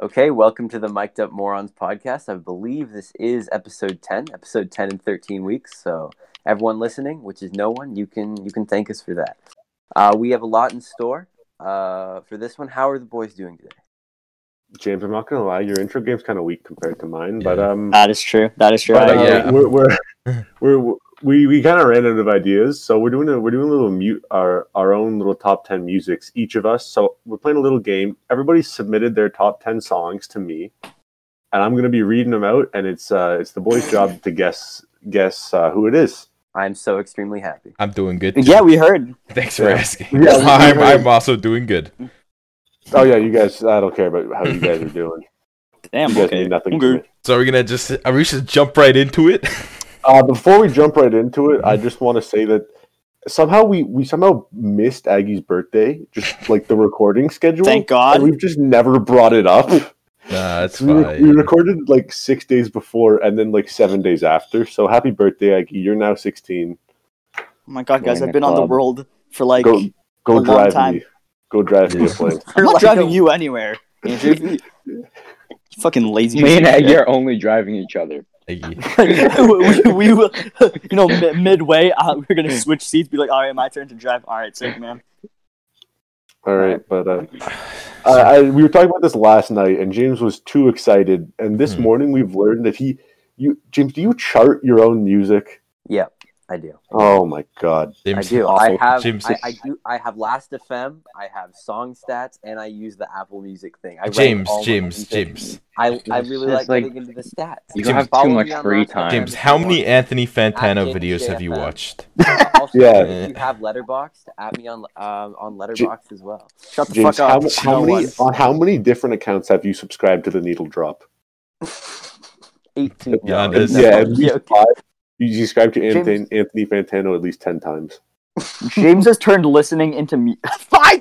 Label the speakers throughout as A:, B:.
A: Okay, welcome to the Mic'd Up Morons podcast. I believe this is episode 10, episode 10 in 13 weeks. So, everyone listening, which is no one, you can you can thank us for that. Uh, we have a lot in store uh, for this one. How are the boys doing today?
B: James, I'm not gonna lie, your intro game's kind of weak compared to mine, but um,
C: That is true. That is true.
B: but, uh,
C: I agree.
D: Uh, yeah.
B: we're, we're, we're we we kind of ran out of ideas, so we're doing a we're doing a little mute our our own little top ten musics each of us. So we're playing a little game. Everybody submitted their top ten songs to me, and I'm gonna be reading them out. And it's uh it's the boys' job to guess guess uh, who it is.
A: I'm so extremely happy.
D: I'm doing good.
C: Yeah, we heard.
D: Thanks for
B: Yeah.
D: asking.
B: Yeah, we- we
D: I'm,
B: heard.
D: I'm also doing good.
B: Oh yeah, you guys. I don't care about how you guys are doing.
C: Damn.
B: You guys
C: okay.
B: mean nothing.
C: Okay.
B: to me.
D: So are we gonna just are we just jump right into it?
B: Uh, before we jump right into it, I just want to say that somehow we we somehow missed Aggie's birthday, just like the recording schedule.
C: Thank
B: and
C: God.
B: we've just never brought it up.
D: nah, it's
B: we, re- we
D: fine.
B: recorded like six days before, and then like seven days after. So happy birthday, Aggie! You're now 16.
C: Oh my God, guys,
B: Man,
C: I've been on the
B: um,
C: world for like.
B: go
C: a
B: go
C: long
B: drive
C: time.
B: me. Go drive me a
D: Yeah.
B: plane.
C: I'm not
A: like
C: driving
A: a-
C: you anywhere. Andrew. you you fucking lazy.
E: Me and
C: piece of
E: Aggie are only driving each other.
D: Aggie.
C: shit. we, we, we will- you know, mi- midway, uh, we're gonna switch seats. Be like, all right, my turn to drive. All right, sick man.
B: All right, but uh, I, I, we were talking about this last night, and James was too excited. And this
D: Hmm.
B: morning, we've learned that he, you, James, do you chart your own music?
A: Yeah, I do.
B: Oh my god!
A: I
D: James,
A: do. I
D: awful.
A: have.
D: James,
A: I, I do. I have Last FM. I have Song Stats, and I use the Apple Music thing. I rank
D: James,
A: all my
D: James,
A: music.
D: James,
A: I, I
E: It's
A: really like,
E: just like-
A: getting into the stats.
E: you
A: can
E: have too
A: follow
E: much
A: me on
E: free
A: Last
E: time.
A: FM
D: James.
A: if
D: How
A: you
D: many
A: want.
D: Anthony Fantano
A: James
D: videos have you
A: JFM.
D: watched?
A: also,
B: Yeah.
A: if you have Letterbox, at me on um, on Letterbox as well.
C: Shut the
B: James,
C: fuck up.
B: how, how
C: No
B: many
C: one.
B: on how many different accounts have you subscribed to the Needle Drop?
A: Eighteen.
D: Yeah, it
A: no,
D: is.
A: no,
B: Yeah,
A: no,
B: at least
A: joke.
B: five. You subscribe to Anthony,
A: James-
B: Anthony Fantano at least ten times.
C: James has turned listening into me. I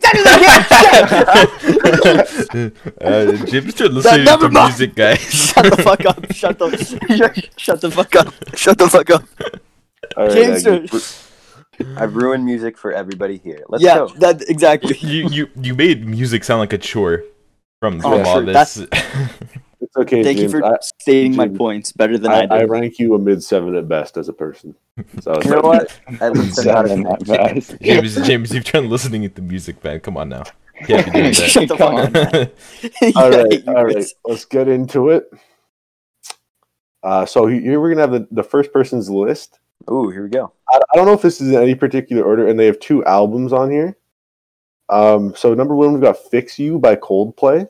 C: said it again. Shit!
D: uh, James, you're listening
C: never
D: to
C: mind.
D: music, guys.
C: Shut the fuck up. Shut the shut the fuck up. Shut the fuck up.
B: All right,
C: James, uh,
B: Aggie,
C: you're-
A: I've ruined music for everybody here. Let's
C: yeah,
A: go.
C: that exactly.
D: you you you made music sound like a chore from, from
B: Oh,
D: all
C: sure.
D: this.
B: it's okay,
C: Thank
B: James.
C: you for
B: I,
C: stating my
B: James,
C: points better than I,
B: I, I
C: did.
B: rank you a mid seven at best as a person. So it's
A: You know
B: okay.
A: what? I least I know how to sing.
D: James, James, you've turned listening to music, man. Come on now. Yeah, you doing that.
C: Shut the
E: Come
C: fuck
E: on.
C: up.
B: all
C: Yeah,
B: right,
C: you
B: all right.
C: guys.
B: Let's get into it. Uh, so here we're gonna have the, the first person's list.
A: Ooh, here we go.
B: I, I don't know if this is in any particular order, and they have two albums on here. Um, so number one, we've got "Fix You" by Coldplay.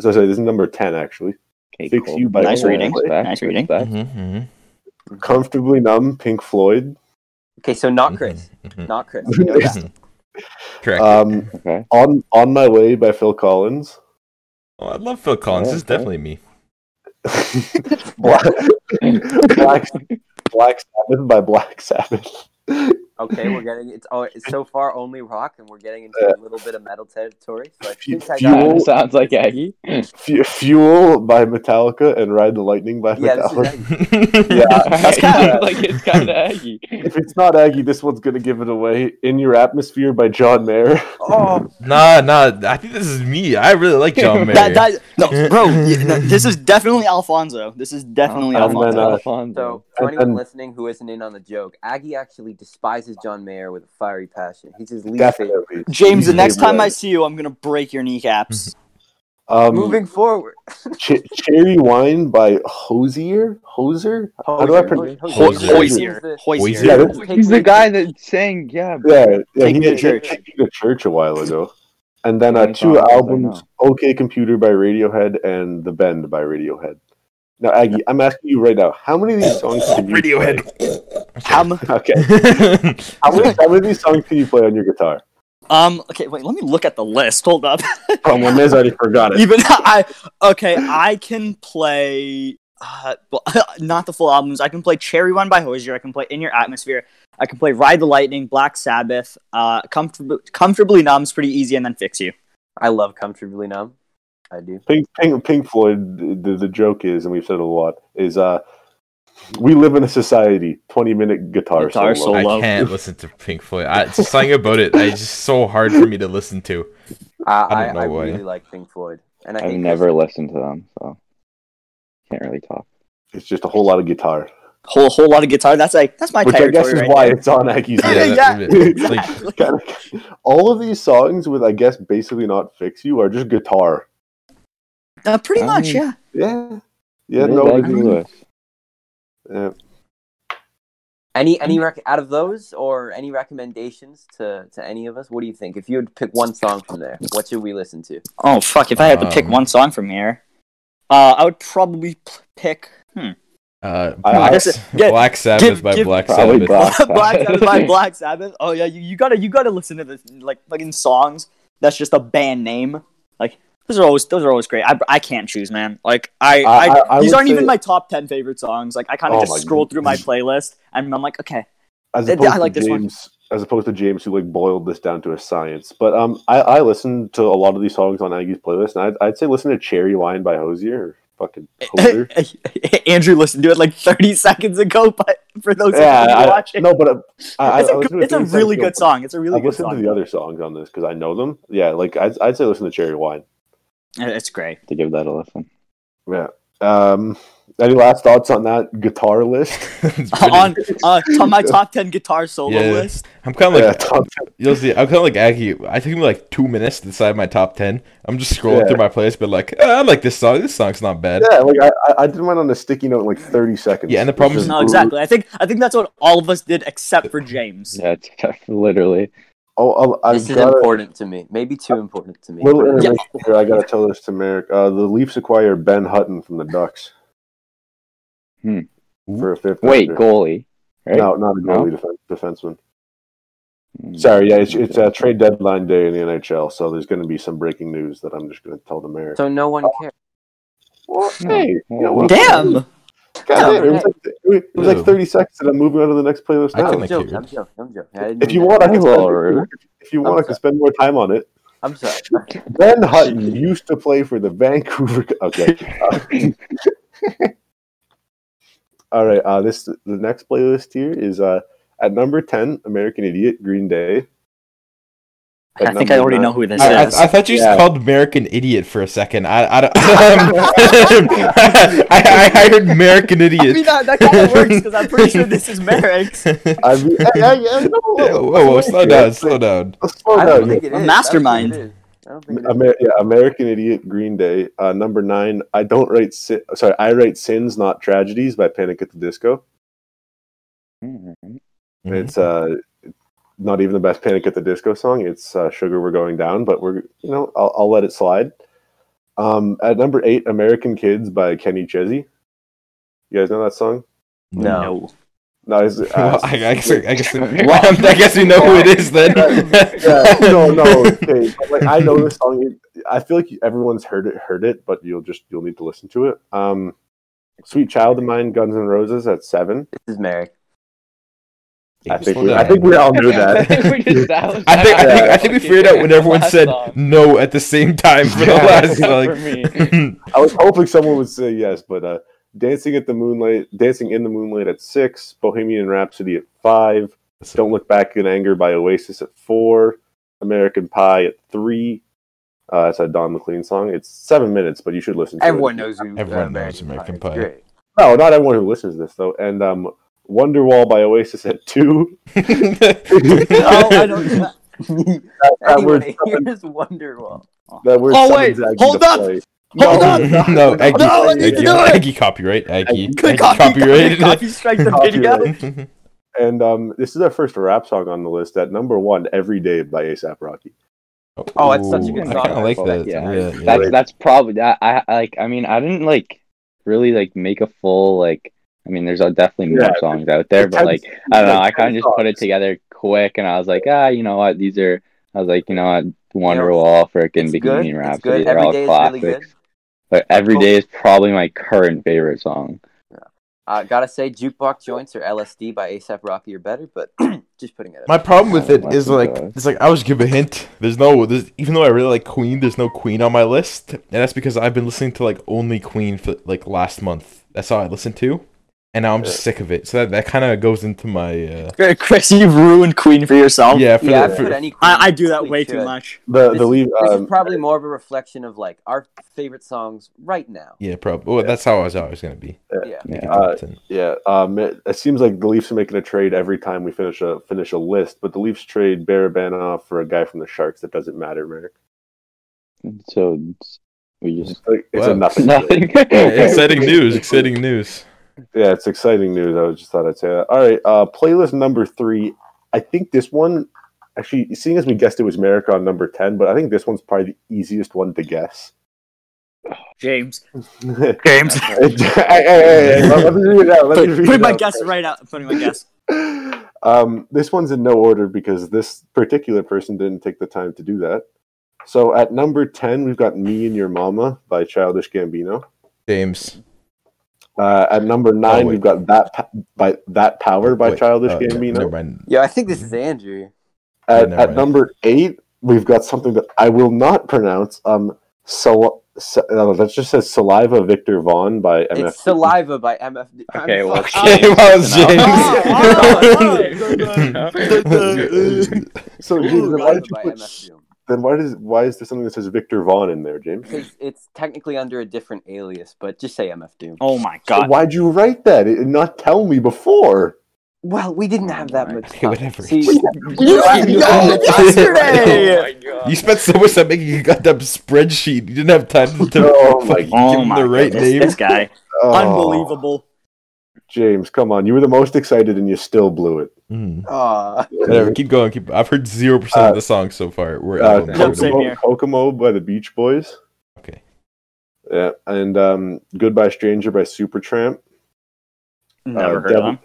B: So sorry, this is number ten actually. Fix You by
C: Nice
B: Coldplay.
C: reading. Nice reading.
D: Mhm,
A: Mm-hmm.
B: "Comfortably Numb" Pink Floyd.
A: Okay, so not
D: mhm,
E: Mm-hmm.
A: Chris,
D: mhm,
A: not Chris. We know that.
D: mhm. Correct.
C: Uh,
B: Um,
E: Okay.
B: "On On My Way" by Phil Collins.
D: oh, I love Phil Collins. This is
E: okay.
D: definitely me.
B: Black, Black Black Sabbath by Black Sabbath.
A: Okay, we're getting it's. Oh, it's so far only rock, and we're getting into a little bit of metal territory. So I think I got.
B: Fuel.
E: That sounds like Aggie.
B: Fu- Fuel by Metallica and Ride the Lightning by
A: Yeah, this
B: Metallica.
A: is
B: Yeah,
E: That's
B: kinda-
E: like it's kind of Aggie.
B: if it's not Aggie, this one's gonna give it away. In Your Atmosphere by John Mayer.
A: oh,
D: nah, nah. I think this is me. I really like John Mayer.
C: That, that, no, bro, you- no, this is definitely Alfonso. This is definitely
B: And
C: Alfonso.
B: then, uh,
E: Alfonso.
A: so for
B: And-
A: anyone
B: and-
A: listening who isn't in on the joke, Aggie actually despises John Mayer with a fiery passion. He's his least favorite.
B: Definitely.
C: James, the
B: He's
C: next time I
B: favorite.
C: see you, I'm gonna break your kneecaps.
B: um,
A: Moving forward,
B: Ch- Cherry Wine by Hosier. Hoser. How do I pronounce?
A: Mm-hmm.
D: Ho-
C: Hoisier,
D: Hoisier.
B: Yeah,
C: Hoisier.
B: that's-
E: He's the guy that sang, yeah. but-
B: Yeah, yeah.
C: Take
B: He
C: Me to
B: he
C: Church.
B: took me to church a while ago. And then uh,
E: Only
B: two
E: songs I
B: albums: "OK Computer" by Radiohead and "The Bend" by Radiohead. Now, Aggie, I'm asking you right now: How many of these songs can you
D: Radiohead.
C: Um,
B: Play? Okay. How many, how many of these songs can you play on your guitar?
C: um, okay, wait, let me look at the list. Hold up.
B: Someone has already forgot it.
C: Even I okay, I can play uh, well, not the full albums. I can play Cherry One by Hozier. I can play In Your Atmosphere. I can play Ride the Lightning, Black Sabbath. Uh, comfortably, comfortably numb's pretty easy, and then fix you.
A: I love comfortably numb. I do.
B: Pink, Pink, Pink Floyd. The, the joke is, and we've said it a lot, is uh, We live in a society. Twenty minute guitar,
C: Guitar
B: solo.
C: solo.
D: I
C: Love.
D: can't listen to Pink Floyd. I, it's just something about it. I it's just so hard for me to listen to.
A: I,
D: I
A: I,
D: don't
A: I
D: know why.
A: really like Pink Floyd, and I
E: I've
A: hate
E: never listened to them, so can't really talk.
B: It's just a whole lot of guitar,
C: Whole whole lot of guitar. That's like that's my
B: which I
C: territory.
B: guess is
C: right
B: why
C: there.
B: it's on Aki's
C: Yeah,
B: list.
D: that's
C: yeah.
D: it. It's like,
C: Exactly.
B: Kind of- all of these songs with I guess basically not fix you are just guitar.
C: Uh, pretty
E: I
C: much,
E: mean-
C: yeah.
B: Yeah, yeah,
E: Maybe
B: no, uh,
E: Daggy
B: it is-
E: Lewis.
B: yeah.
A: Any any rec- out of those or any recommendations to to any of us? What do you think? If you had to pick one song from there, what should we listen to?
C: Oh fuck! If I had to pick
D: Um,
C: one song from here, uh, I would probably p- pick hmm,
D: uh,
B: I-
D: Black,
C: This is- yeah,
D: Black Sabbath
C: give-
D: by
C: give-
D: Black
E: Probably
D: Sabbath.
B: Oh,
E: Black
C: Black Sabbath
E: Sabbath.
C: by Black Sabbath. Oh yeah, you, you gotta you gotta listen to this like fucking songs. That's just a band name. Like those are always those are always great. I, I can't choose, man. Like I,
B: I-
C: I,
B: I- I
C: these
B: would
C: aren't even
B: say-
C: my top ten favorite songs. Like I kind
B: Oh
C: of
B: my
C: just scroll through my
B: goodness.
C: playlist and I'm like, okay,
B: as
C: I- I
B: opposed
C: like
B: to
C: this one.
B: James, as opposed to James, who like boiled this down to a science. But um, I, I listened to a lot of these songs on Aggie's playlist, and I'd, I'd say listen to "Cherry Wine" by Hosier. Or fucking Hosier.
C: Andrew listened to it like 30 seconds ago, but for those
B: yeah,
C: of you
B: I-
C: watching,
B: no, but uh, I,
C: it's,
B: I,
C: a
B: I
C: good-
B: listened to
C: it's a
B: Things
C: really
B: Like
C: good
B: Silver.
C: song. It's a really
B: I've
C: good
B: listened to
C: song.
B: the other songs on this because I know them. Yeah, like I'd, I'd say listen to "Cherry Wine."
C: Yeah, It's great.
E: To give that a listen.
B: Yeah. Um, any last thoughts on that guitar list?
D: It's pretty-
C: on uh, on my top 10 guitar solo
D: Yeah.
C: list.
D: I'm kind of
B: yeah,
D: like
B: top
D: you'll see. I'm kind of like Aggie. I took me like two minutes to decide my top ten. I'm just scrolling
B: Yeah.
D: through my playlist, but like "Ah, I like this song. This song's not bad.
B: Yeah, like I, I- I did mine on a sticky note in like thirty seconds.
D: Yeah, and the problem is-
C: No, exactly. I think I think that's what all of us did except for James.
E: Yeah, it's literally.
B: Oh, I'll- I've
A: this is
B: gotta-
A: important to me. Maybe too important to me.
B: Little intermission here. I gotta tell this to Merrick. Uh, the Leafs acquire Ben Hutton from the Ducks
E: Hmm.
B: for a fifth.
E: Wait,
B: defender.
E: goalie. Right?
B: No, not a
E: No? Hmm.
B: goalie defen- defenseman.
E: Mm,
B: Sorry, yeah, it's, it's uh, trade deadline day in the NHL, so there's going to be some breaking news that I'm just going to tell the mayor.
A: So no one cares.
B: Well,
E: No.
B: hey, you know what?
C: Damn.
B: God damn, it was,
A: No.
B: like, it was like
D: Ew.
B: 30 seconds, and I'm moving on to the next playlist
D: I
B: now.
D: can
A: I'm
D: Kinda
A: joking.
D: cute.
A: I'm joking. I'm joking. I didn't
B: If you
A: mean
B: want, I can
E: That's a
B: spend,
E: little rude.
B: if you want, I can spend more time on it.
A: that. I'm sorry.
B: Ben Hutton used to play for the Vancouver. Okay. Uh, all right. Uh, this the next playlist here is uh, at number ten, American Idiot, Green Day.
C: I think I already know who this
D: I, I,
C: is.
D: I thought you just
B: Yeah.
D: called American Idiot for a second. I, I don't. I, I heard American
C: I
D: Idiot.
C: mean, that, that kind of works because I'm pretty sure this is Merrick's.
B: I mean, I, I, I know.
D: whoa, whoa, whoa, slow down, slow down.
B: Let's slow
C: Oh,
A: I don't
B: down.
A: think it is. I don't think it is.
C: Mastermind.
A: I don't think it is.
B: Amer- yeah, American Idiot, Green Day. Uh, number nine. I don't write. Si- sorry, I write sins, not tragedies, by Panic at the Disco.
D: Mm-hmm.
B: It's uh, not even the best Panic at the Disco song. It's uh, Sugar We're Going Down, but we're you know I'll, I'll let it slide. Um, at number eight, American Kids by Kenny Chesney. You guys know that song?
A: No.
B: No, it's, uh,
D: Well, I, I guess. I guess.
E: Well-
D: I guess we know who it is then.
B: yeah, no, no. Okay, but, like I know this song. I feel like everyone's heard it, heard it, but you'll just you'll need to listen to it. Um, Sweet Child of Mine, Guns N' Roses at seven.
A: This is Merrick.
B: I think
D: Slow
B: we, I
D: down.
B: think we all knew
E: I
B: that.
E: think we just- that was-
D: I think, I think, I think we
E: Okay,
D: figured out when everyone
E: last
D: said
E: song.
D: no at the same time for the
B: Yeah.
D: last
E: For me.
D: song.
B: I was hoping someone would say yes, but uh, Dancing at the Moonlight, Dancing in the Moonlight at six, Bohemian Rhapsody at five, Don't Look Back in Anger by Oasis at four, American Pie at three. Uh, that's a Don McLean song. It's seven minutes, but you should listen. to
A: Everyone
B: it.
A: knows who. uh,
D: Everyone knows American Pie.
A: Great.
B: No, not everyone who listens to this though. And um, Wonderwall by Oasis at two.
C: Oh, I don't know.
A: Anyone
B: word-
A: hears Wonderwall.
B: That word
C: Oh, wait,
B: summons Aggie
C: hold
B: to
C: up.
B: play.
C: Hold
B: No,
C: on.
D: no, Aggie,
C: No, I need to
D: Aggie,
C: do it.
D: Aggie copyright. Aggie,
B: Good
D: Aggie
C: Good copy,
D: copyrighted.
C: copy strike the video.
D: Mm-hmm.
B: Copyright. And um, this is our first rap song on the list at number one, "Every Day" by ASAP Rocky.
A: Oh, it's such a
D: Ooh,
A: good
D: I
A: song.
D: kind of like
E: Well,
D: that.
E: yeah.
D: Yeah, yeah.
E: That's that's probably I, I like. I mean, I didn't like really like make a full like. I mean, there's uh, definitely more
B: Yeah.
E: songs out there, but
B: Ten-
E: like I don't know. I
B: like, ten
E: kind of just put it
B: songs.
E: together quick, and I was like, ah, you know what? These are. I was like, you know what? Wonderwall, frickin'
A: It's good.
E: Beginning
A: It's
E: Rhapsody,
A: good.
E: they're
A: Every
E: all
A: day is really good.
E: classics. But every
A: Cool.
E: day is probably my current favorite song.
A: Uh, gotta say, jukebox joints or LSD by ASAP Rocky are better, but just putting it up.
D: My problem with it
E: Yeah,
D: is
E: that's
D: like
E: good.
D: it's like I was give a hint. There's no there's even though I really like Queen, there's no Queen on my list, and that's because I've been listening to like only Queen for like last month. That's all I listened to, and now I'm just sick of it. So that, that kind of goes into my uh,
C: Chris, you've ruined Queen for yourself.
D: yeah for
A: yeah,
D: the,
A: I've
D: for,
A: heard any.
C: I, I do that
A: Queen
C: way
A: should.
C: too much.
B: The
A: This,
B: the lead.
A: this
B: Um,
A: is probably more of a reflection of like our favorite songs right now.
D: yeah probably. Well, that's how I was always gonna be.
A: Yeah.
E: Yeah.
D: Make it
B: Uh,
D: top 10.
B: yeah, um, it, it seems like the Leafs are making a trade every time we finish a finish a list, but the Leafs trade Barabanov for a guy from the Sharks that doesn't matter, Merrick.
E: So it's- we just
B: It's, like, it's
D: Wow.
B: a nothing.
E: nothing.
D: exciting news! Exciting news!
B: Yeah, it's exciting news. I just thought I'd say that. All right, uh, playlist number three. I think this one, actually, seeing as we guessed it was Merrick on number ten, but I think this one's probably the easiest one to guess.
C: James.
B: hey,
C: James.
B: hey, hey, hey, let me read it out. Let me
C: Put,
B: read
C: put
B: it
C: my
B: out
C: guess
B: first.
C: right out. Putting my guess.
B: um, this one's in no order because this particular person didn't take the time to do that. So at number 10, we've got Me and Your Mama by Childish Gambino.
D: James.
B: Uh, at number 9,
D: Oh, wait.
B: we've got That pa- by That Power by
D: Wait,
B: Childish
D: uh, ne-
B: Gambino.
D: Never mind.
A: Yeah, I think this is Andrew.
B: at,
D: never
B: at
D: mind.
B: number 8, we've got something that I will not pronounce. Um, so, so- uh, that just says Saliva Victor Vaughn by MF.
A: It's Saliva by MF. I'm
E: Okay, well,
A: fucking-
E: James,
D: It was
E: enough.
D: James.
C: Oh,
B: So, James, then why,
A: Saliva
B: did you
A: by
B: put,
A: MF Doom.
B: then why, does, why is there something that says Victor Vaughn in there, James?
A: Because it's technically under a different alias, but just say MF Doom.
C: Oh my
B: So
C: god.
B: why'd you write that and not tell me before?
A: Well, we didn't have that
E: Alright.
A: much.
D: Okay,
A: Time.
D: whatever.
A: See,
C: You had
D: no yesterday!
E: Oh my god.
D: You spent so much time making a goddamn spreadsheet. You didn't have time to, to
B: Oh my-
D: fucking give
C: Oh
D: him
C: my
D: the right
C: god. This,
D: name.
C: this guy.
B: Oh,
C: Unbelievable.
B: James, come on. You were the most excited and you still blew it.
D: Mm.
A: Aw.
D: Whatever, keep going. Keep. I've heard zero percent of the song so far. We're
B: Uh,
D: out on
C: Don't say-
D: that.
C: same here.
B: Kokomo, Kokomo by the Beach Boys.
D: Okay.
B: Yeah. And um, Goodbye Stranger by Supertramp.
C: Never
B: uh,
C: heard of
B: Devil-
C: him.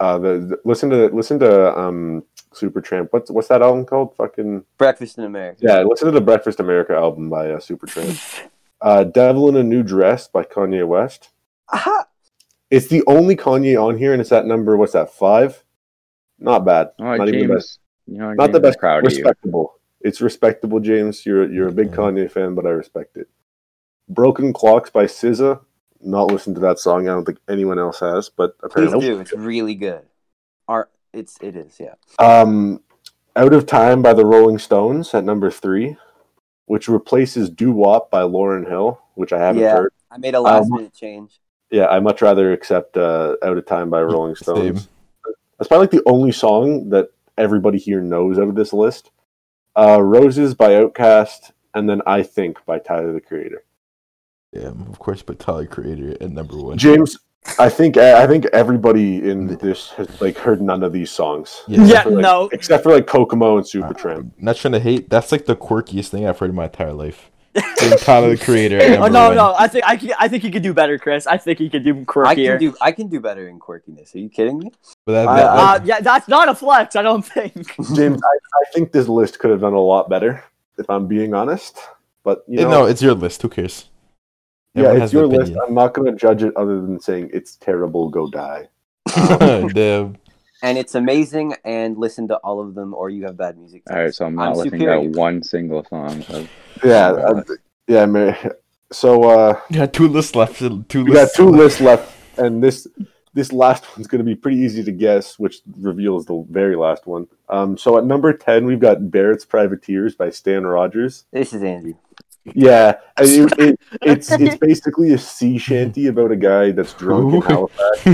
B: Uh, the, the- listen to listen to um, Supertramp. What's what's that album called? Fucking
A: Breakfast in America.
B: yeah. Listen to the Breakfast America album by uh, Supertramp. uh, Devil in a New Dress by Kanye West.
A: Aha.
B: It's the only Kanye on here, and it's at number what's that five? Not bad.
E: All
B: Not
E: right,
B: even the best.
E: Oh, James. You know,
B: Not
E: James,
B: the
E: I'm
B: best.
E: Proud of you.
B: respectable. It's respectable, James. You're you're a big
D: Mhm.
B: Kanye fan, but I respect it. Broken Clocks by SZA. Not listened to that song. I don't think anyone else has, but
A: Please
B: apparently,
A: do. It's really good. Our, it's it is. Yeah.
B: um, Out of Time by the Rolling Stones at number three, which replaces Do Wop by Lauren Hill, which I haven't
A: Yeah.
B: heard.
A: I made a last
B: Um,
A: minute change.
B: Yeah, I much rather accept uh, "Out of Time" by Rolling
D: Same.
B: Stones. That's probably like the only song that everybody here knows out of this list. Uh, "Roses" by Outkast, and then "I Think" by Tyler the Creator.
D: Yeah, of course, but Tyler Creator at number one.
B: James, I think I think everybody in this has like heard none of these songs
D: Yeah.
C: Yeah,
B: for, like,
C: no.
B: except for like Kokomo and Supertramp.
D: I'm not trying to hate. That's like the quirkiest thing I've heard in my entire life. Being Tyler the Creator. At
C: Oh
D: number
C: no,
D: one.
C: no. I think I can, I think he could do better, Chris. I think he could do
A: I can
C: quirkier.
A: do. I can do better in quirkiness. Are you kidding me?
D: But that,
B: I-
D: that-
C: uh, yeah, that's not a flex, I don't think.
D: Uh,
B: James, I, I think this list could have done a lot better if I'm being honest. But you
D: Yeah,
B: know,
D: no, it's your list. Who cares? Everyone
B: yeah,
D: has
B: it's
D: an
B: your list.
D: opinion.
B: I'm not going to judge it other than saying it's terrible. Go die.
D: Damn.
A: And it's amazing. And listen to all of them, or you have bad music.
E: All right, so I'm not
A: I'm
E: listening
A: superior.
E: to one single song. Of,
B: Yeah, uh, yeah. Man. So uh,
D: You got two lists left. Two
B: we got
D: lists
B: two
D: left.
B: lists left, and this this last one's going to be pretty easy to guess, which reveals the very last one. Um, so at number ten, we've got Barrett's Privateers by Stan Rogers.
A: This is Andrew.
B: Yeah, and it- it- it's it's basically a sea shanty about a guy that's drunk in Halifax,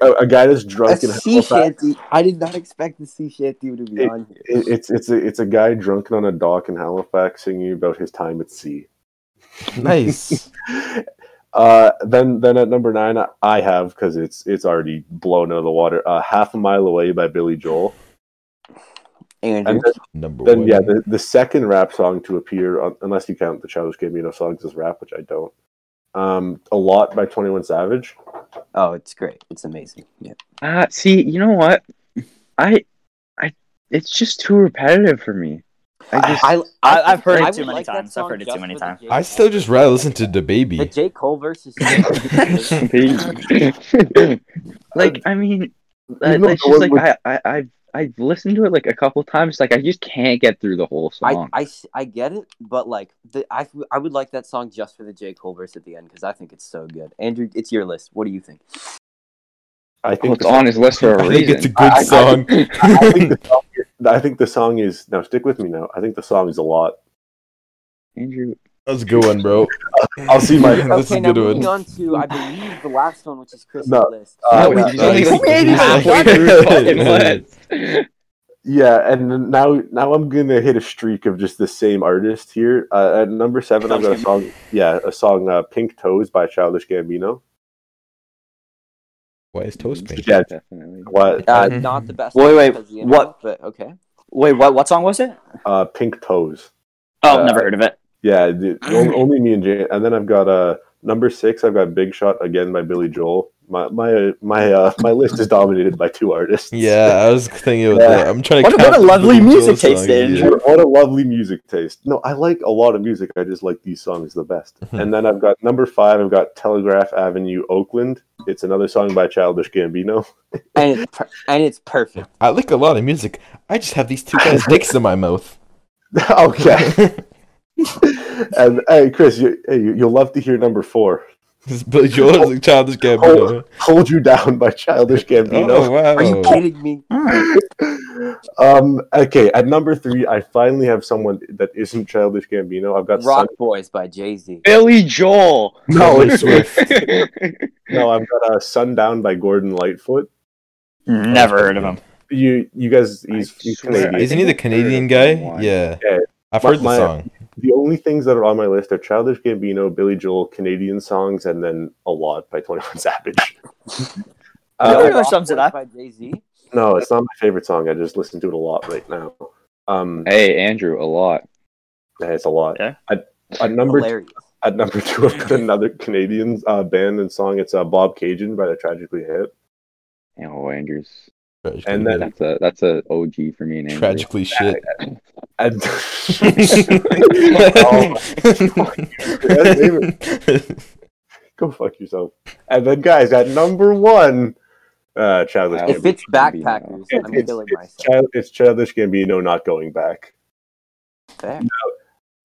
B: a, a- a guy that's
A: A
B: drunk in
A: sea
B: Halifax.
A: shanty. I did not expect the sea shanty to be
B: It-
A: on here.
B: It- It's it's a it's a guy drunken on a dock in Halifax singing about his time at sea.
D: nice.
B: Uh, then then at number nine, I- I have because it's it's already blown out of the water. Uh, Half a Mile Away by Billy Joel.
A: Andrew.
B: And then,
D: Number
B: then
D: one.
B: yeah, the, the second rap song to appear, on, unless you count the Childish Gambino songs as rap, which I don't. Um, a lot by Twenty One Savage.
A: Oh, it's great. It's amazing. Yeah.
E: ah, see, you know what? I, I, it's just too repetitive for me. I just,
A: I,
C: I- I've heard it
A: would
C: too many
A: that
C: times. I've
A: song
C: heard it too
A: just
C: many
A: for the
C: times.
A: J.
D: I still just rather listen to the
A: the
D: baby.
A: J Cole versus.
E: like, I mean,
B: You
E: that,
B: know
E: that's
B: the
E: just
B: one
E: like I, I, I've, I've listened to it like a couple times. Like, I just can't get through the whole
A: I,
E: song.
A: I, s- I get it, but like the, I I would like that song just for the J Cole verse at the end because I think it's so good. Andrew, it's your list. What do you think?
B: I
E: Well,
B: think
E: it's
B: the-
E: on his list for a
D: I
E: reason.
D: think it's a
B: I- I-
D: good song.
B: I think the song is- I think the song is now stick with me now. I think the song is a lot.
E: Andrew,
D: That's a good one, bro.
B: I'll see my- uh,
D: That's
A: okay,
D: a
A: now
D: good
A: moving
D: one.
A: on to I believe the last one, which is Chris's
B: No,
A: list.
B: uh,
E: no, we
B: no,
E: just
B: no,
E: don't
B: he's-
E: even-
C: he's-
E: he's
C: he's-
E: halfway through the fucking
D: Yeah.
E: list.
B: Yeah, and now now I'm gonna hit a streak of just the same artist here. Uh, at number seven, I've got a song. Yeah, a song, uh, "Pink Toes" by Childish Gambino.
D: Why is toast pink?
B: Yeah.
E: definitely.
B: What?
A: Uh,
D: Mhm.
A: not the best.
C: Wait,
A: one
C: wait,
A: because of the
C: what-
A: amount, But okay.
C: Wait, what? What song was it?
B: Uh, "Pink Toes."
C: Oh,
B: Uh,
C: never heard of it.
B: Yeah, the, on- only me and Jane. And then I've got uh, number six. I've got "Big Shot" again by Billy Joel. My my uh, my uh, my list is dominated by two artists.
D: Yeah, I was thinking about
B: Yeah.
D: that. I'm trying to.
C: What a- what a
D: count the
C: lovely
D: Billy
C: music
D: Joel
C: taste,
D: songs,
C: Andrew.
D: yeah.
B: Sure, What a lovely music taste. No, I like a lot of music. I just like these songs the best.
D: Mm-hmm.
B: and then I've got number five. I've got Telegraph Avenue, Oakland. It's another song by Childish Gambino.
A: And it's per- and it's perfect.
D: I like a lot of music. I just have these two guys' dicks in my mouth.
B: okay. and hey, Chris, you, hey, you, you'll love to hear number four.
D: This Billy Joel is a childish Gambino.
B: Hold You Down by Childish
D: Oh,
B: Gambino.
D: wow.
A: Are you kidding me?
B: um, okay, at number three, I finally have someone that isn't Childish Gambino. I've got
A: Rock Boys by Jay Z.
E: Billy Joel.
B: Sun- no,
D: Taylor
B: it's-
D: Swift.
B: no, I've got uh, Sundown by Gordon Lightfoot.
C: Never heard of him.
B: You, you guys, he's,
E: I
B: he's
E: swear,
B: Canadian.
D: Isn't he the Canadian guy? Yeah.
B: Yeah.
D: I've
B: My-
D: heard the
B: my-
D: song.
B: The only things that are on my list are Childish Gambino, Billy Joel, Canadian songs, and then A Lot by 21 Savage.
C: Yeah.
B: uh,
C: Pretty much sums it up.
A: By Jay Z.
B: no, it's not my favorite song. I just listen to it a lot right now. Um,
E: Hey, Andrew, a lot.
B: yeah, it's a lot.
C: Okay.
B: At, at number
A: Hilarious.
B: at number two, I've got another Canadian uh, band and song. It's uh, Bob Cajun by the Tragically Hip.
E: Oh, Andrew's.
B: And then-
E: That's a that's a OG for me and Andrew.
D: tragically shit.
B: And go fuck yourself. And then, guys, at number one, uh, Childish.
E: Wow.
B: Gambino.
A: If it's backpackers,
E: It's-
A: I'm
B: it's-
A: killing
B: it's,
A: myself.
B: Child- it's Childish Gambino not going back.
A: Fair.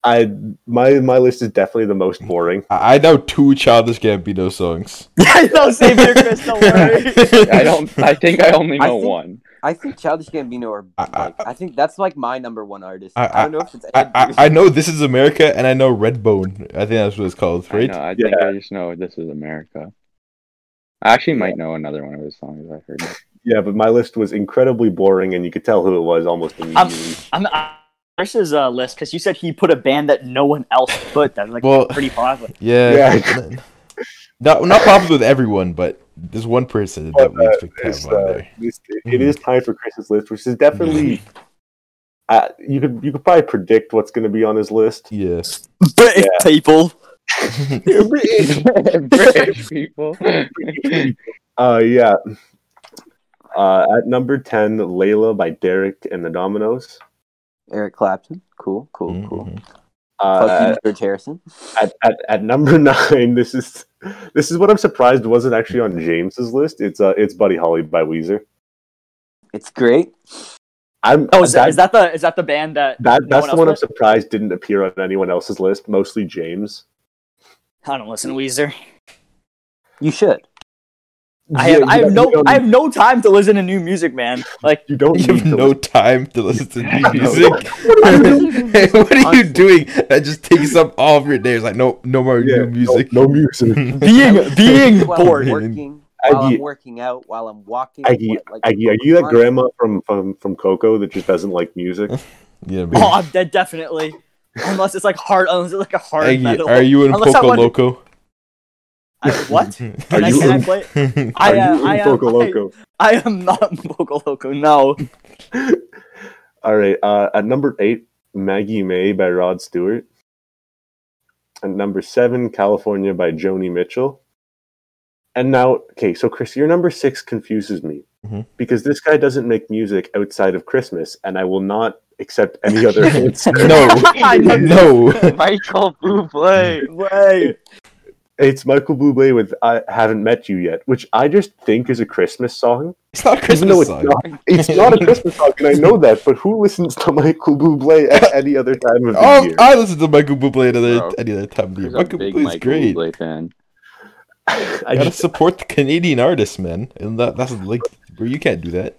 B: I my my list is definitely the most boring.
D: I I know two childish Gambino songs.
C: no, save your Chris. Don't worry.
E: I don't. I think I only
A: I
E: know
A: think-
E: one.
A: I think Childish Gambino are.
D: I- I-
A: Like, I think that's like my number one artist.
D: I-
A: I,
D: I-
A: don't know if it's.
D: I, I, I know this is America, and I know Redbone. I think that's what it's called,
E: I
D: right?
E: know. I
B: Yeah.
E: think I just know this is America. I actually might know another one of his songs. I heard.
B: Yeah, but my list was incredibly boring, and you could tell who it was almost
C: I'm,
B: immediately.
C: I'm I, Chris's uh, list because you said he put a band that no one else put that was like
D: Well-
C: pretty popular.
D: Yeah.
B: Yeah.
D: not not popular with everyone, but there's one person that we expect to
B: It's,
D: have on
B: uh,
D: there.
B: it's- it is time for Chris's list, which is definitely. Uh, you could you could probably predict what's going to be on his list.
D: Yeah.
C: British people.
E: British people.
B: Uh, yeah. Uh, at number ten, Layla by Derek and the Dominoes.
A: Eric Clapton. Cool. Cool. Cool.
D: Mhm.
B: Uh,
A: Fuck you, George Harrison.
B: at, at, at number nine, this is this is what I'm surprised wasn't actually on James's list. It's uh, it's Buddy Holly by Weezer.
A: It's great.
B: I'm
C: Oh, is that,
B: that-
C: is that the is that the band that
B: That
C: No
B: that's the
C: one else
B: one I'm
C: does?
B: surprised didn't appear on anyone else's list. Mostly James.
C: I don't listen to Weezer.
A: You should.
C: I
B: Yeah,
C: have
B: you
C: I have
B: don't- you
C: no
B: don't-
C: I have no time to listen to new music, man. Like
B: You don't
D: You have
B: need to
D: no
B: listen.
D: time to listen to
E: I know.
D: music. hey, what are you doing? That just takes up all of your day. It's like no, no more
B: Yeah,
D: new music.
B: No, no music.
C: being being
A: While
C: bored.
A: I'm working, while I'm
B: Aggie-
A: working out, while I'm walking.
B: Aggie,
A: what, like,
B: Aggie, are you that
A: on-
B: grandma from from from Coco that just doesn't like music?
D: Yeah, man.
C: Oh, I'm dead definitely. Unless it's like hard, unless it's like a hard
D: Aggie,
C: metal.
D: are you in
C: Unless I
D: Poco
C: wanted-
D: Loco?
C: I, what? Can,
D: Are
C: I,
D: you
C: can I
D: in-
C: play?
B: Are
C: I, uh,
B: you in
C: I, am,
B: Coco
C: I-
B: Loco?
C: I, am not Boco Loco. No.
B: All right. Uh, at number eight, Maggie May by Rod Stewart. At number seven, California by Joni Mitchell. And now, okay, so Chris, your number six confuses me
D: Mhm.
B: because this guy doesn't make music outside of Christmas, and I will not accept any other hints.
D: no, no.
E: Michael Bublé.
C: Way.
B: It's Michael Bublé with "I Haven't Met You Yet," which I just think is a Christmas song.
D: It's not a
B: Even though
D: Christmas
B: it's
D: song.
B: not, it's not a Christmas song, and I know that. But who listens to Michael Bublé at any other time of the
D: Oh,
B: year?
D: I listen to Michael Bublé at other,
E: Bro,
D: any other time of the year.
E: He's a
D: Michael
E: big
D: Bublé's
E: Michael
D: great.
E: Bublé fan.
B: I
D: gotta
B: just,
D: support the Canadian artists, man. And that, that's like, bro, you can't do that.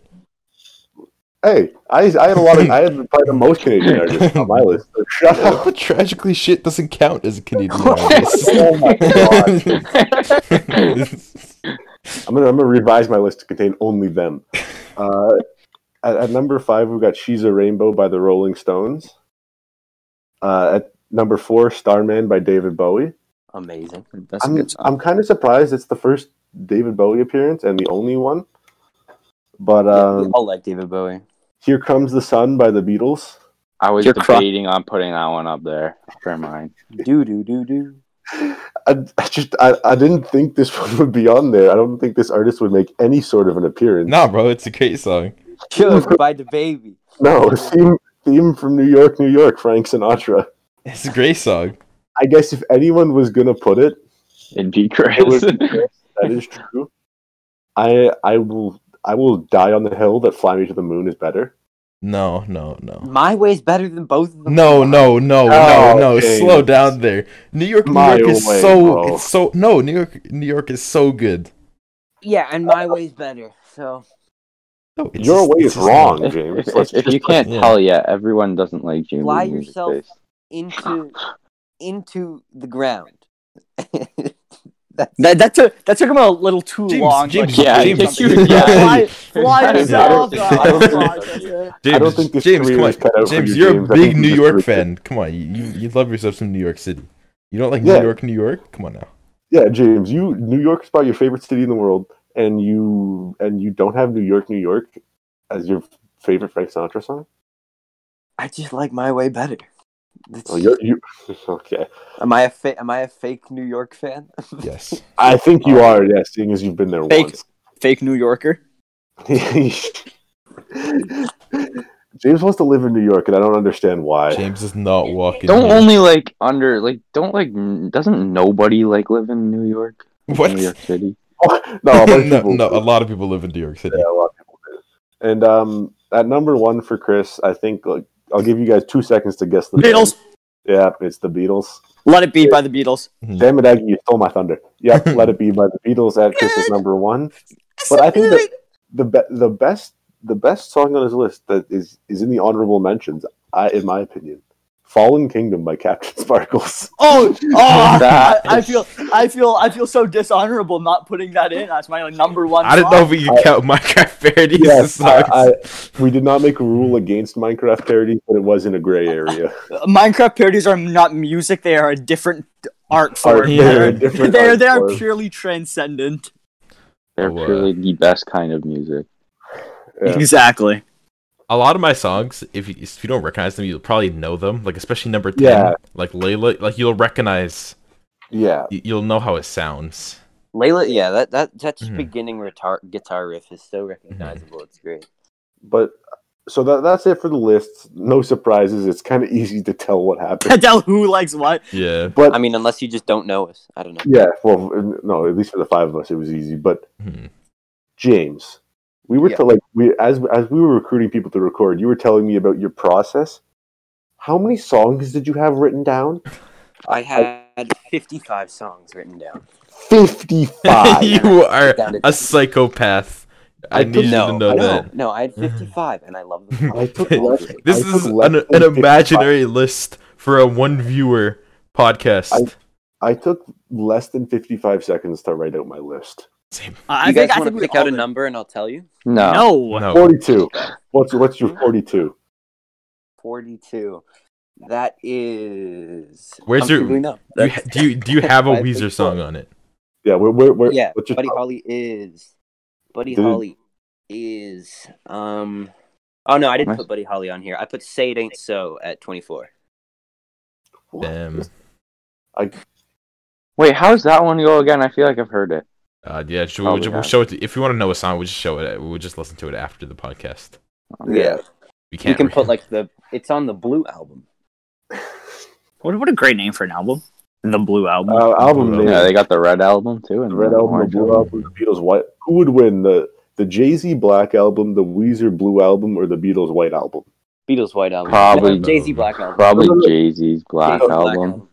B: hey, I, I had a lot of I had probably the most Canadian artists on my list. So shut up.
D: Tragically, shit doesn't count as a Canadian
B: Oh my god!
D: artist.
B: I'm gonna I'm gonna revise my list to contain only them. Uh, at, at number five, we've got "She's a Rainbow" by the Rolling Stones. Uh, at number four, "Starman" by David Bowie.
A: Amazing. That's a
B: I'm
A: good song.
B: I'm kind of surprised it's the first David Bowie appearance and the only one. But
A: Yeah, we
B: um,
A: all like David Bowie.
B: "Here Comes the Sun" by the Beatles.
E: I was
C: You're cro-
E: debating on putting that one up there for mine.
A: Do do do do.
B: I, I just I, I didn't think this one would be on there. I don't think this artist would make any sort of an appearance.
D: nah, bro, it's a great song.
A: Killed by the baby.
B: No, theme theme from New York, New York, Frank Sinatra.
D: It's a great song.
B: I guess if anyone was gonna put it,
E: It'd be Chris.
B: it was that is true. I I will I will die on the hill that Fly Me to the Moon is better.
D: No, no, no.
A: My way's better than both of them.
D: Oh. No, no, no, no,
B: Oh,
D: no.
B: James.
D: Slow down there. New York, New
B: My
D: York is
B: way,
D: so
B: bro.
D: it's so no, New York New York is so good.
A: Yeah, and my way's better. So
D: No, it's
B: Your
D: just-
B: way
D: it's
B: is
D: just
B: wrong,
E: if,
B: James.
E: if-
B: Let's
E: if
B: just-
E: you can't
D: yeah.
E: tell yet, everyone doesn't like Julie.
A: Lie
E: music
A: yourself
E: taste.
A: into into the ground.
C: That, that, took, that took him a little too
D: James,
C: long.
D: James,
C: but-
E: Yeah,
D: James,
E: you-
D: James,
E: yeah.
C: Fly, fly
E: I don't
C: yourself.
E: know.
C: out.
B: I don't
D: James,
B: I don't think this
D: James,
B: career
D: come
B: is cut
D: on.
B: out for
D: James,
B: you,
D: you're
B: James.
D: a
B: I
D: big
B: think
D: New
B: this
D: York
B: is-
D: fan. Come on, you, you you love yourself some New York City. You don't like
B: Yeah.
D: New York, New York? Come on now.
B: yeah, James, you New York is probably your favorite city in the world, and you and you don't have New York, New York as your favorite Frank Sinatra song.
A: I just like my way better. That's-
B: Oh, you're, you okay?
A: am I a fa- am I a fake New York fan?
D: Yes.
B: I think you are. Yeah, seeing as you've been there
C: Fake.
B: once.
C: Fake New Yorker.
B: James wants to live in New York, and I don't understand why.
D: James is not walking.
E: Don't
D: here.
E: only like under like don't like n- doesn't nobody like live in New York?
D: What?
E: New York City.
B: no, a bunch of
D: no,
B: people
D: no,
B: do.
D: a lot of people live in New York City.
B: Yeah, a lot of people do. And um, at number one for Chris, I think like, I'll give you guys two seconds to guess the
C: Beatles.
B: Band. Yeah, it's the Beatles.
C: Let it be by the Beatles.
B: Damn it, Aggie, you stole my thunder. Yep, let it be by the Beatles at Chris's number one. But I think that the be- the best the best song on his list that is is in the honorable mentions, I in my opinion, "Fallen Kingdom" by Captain Sparkles.
C: Oh, oh I,
E: That
C: I
E: is-
C: feel, I feel, I feel so dishonorable not putting that in. That's my number one.
D: I didn't
C: song.
D: know if we could count Minecraft parodies as
B: Yes, I,
D: songs.
B: I- we did not make a rule against Minecraft parodies, but it was in a gray area.
C: Minecraft parodies are not music; they are a different art form.
B: Art-
D: yeah.
B: they're a
C: They're,
B: different
C: they're,
B: art
C: they are
B: form.
C: purely transcendent.
E: They're
D: Oh, uh,
E: purely the best kind of music.
B: Yeah.
C: Exactly.
D: a lot of my songs, if you, if you don't recognize them, you'll probably know them. Like especially number ten,
B: Yeah.
D: like Layla, like you'll recognize,
B: Yeah,
D: you- you'll know how it sounds.
A: Layla, yeah, that that that's
D: Mhm.
A: beginning guitar guitar riff is
D: Mm-hmm.
A: so recognizable. It's great.
B: but so that, that's it for the list. No surprises. It's kind of easy to tell what happened.
C: Can't tell who likes what.
D: Yeah,
B: But
A: I mean, unless you just don't know us, I don't know.
B: yeah, well, no, at least for the five of us, it was easy. But
D: Hmm.
B: James, we were
A: Yeah.
B: to, like we as as we were recruiting people to record, you were telling me about your process. How many songs did you have written down?
A: I had fifty-five songs written down.
B: Fifty-five.
D: you are
A: Down to-
D: a psychopath. I,
B: Ah, I
D: need you to
A: no,
D: know
A: no,
D: that. Mm-hmm.
A: no, I had fifty-five, and I love them. all.
B: I took
A: All
B: less-
A: of it.
D: This
B: I
D: is
B: took less
D: an,
B: than
D: an
B: 55.
D: imaginary list for a one viewer podcast.
B: I- I took less than fifty-five seconds to write out my list.
D: Same.
C: I
A: you
C: I think
A: guys
C: I
A: want
C: think
A: to
C: we
A: pick
C: all
A: out a
C: did.
A: number, and I'll tell you.
E: No.
C: No.
D: No,
B: Forty-two. What's what's your forty-two?
A: Forty-two. That is.
D: Where's your-
A: comfortably no.
D: you,
A: That's-
D: ha- do you do you have a
A: I think
D: Weezer
A: so.
D: song on it?
B: Yeah, we're we're, we're
A: yeah,
B: what's your
A: Buddy
B: top-
A: Holly is. Buddy
B: Dude.
A: Holly is. Um. Oh no, I didn't
E: Nice.
A: put Buddy Holly on here. I put "Say It Ain't So" at twenty-four.
B: what?
D: Damn.
B: I,
E: Wait, how's that one go again? I feel like I've heard it.
D: Uh, yeah, should we,
E: Probably
D: we'll
E: not.
D: show it. If you want to know a song, we'll just show it. uh, We'll just listen to it after the podcast.
E: Oh,
B: yeah.
D: We can't.
A: You can
D: re-
A: put like the. It's on the Blue album.
C: What, what a great name for an album. The Blue Album.
B: Uh, album
D: Blue
B: name.
E: Yeah, they got the red album too, and
B: the Red
E: the
B: Album, the
E: orange
B: Blue Album, the Beatles White. Who would win the the Jay Z Black Album, the Weezer Blue Album, or the Beatles White Album?
A: Beatles White album.
E: Probably-
A: Jay Z Black album.
E: Probably
B: No, no, no.
E: Jay Z's Black
A: Jay-Z
E: album.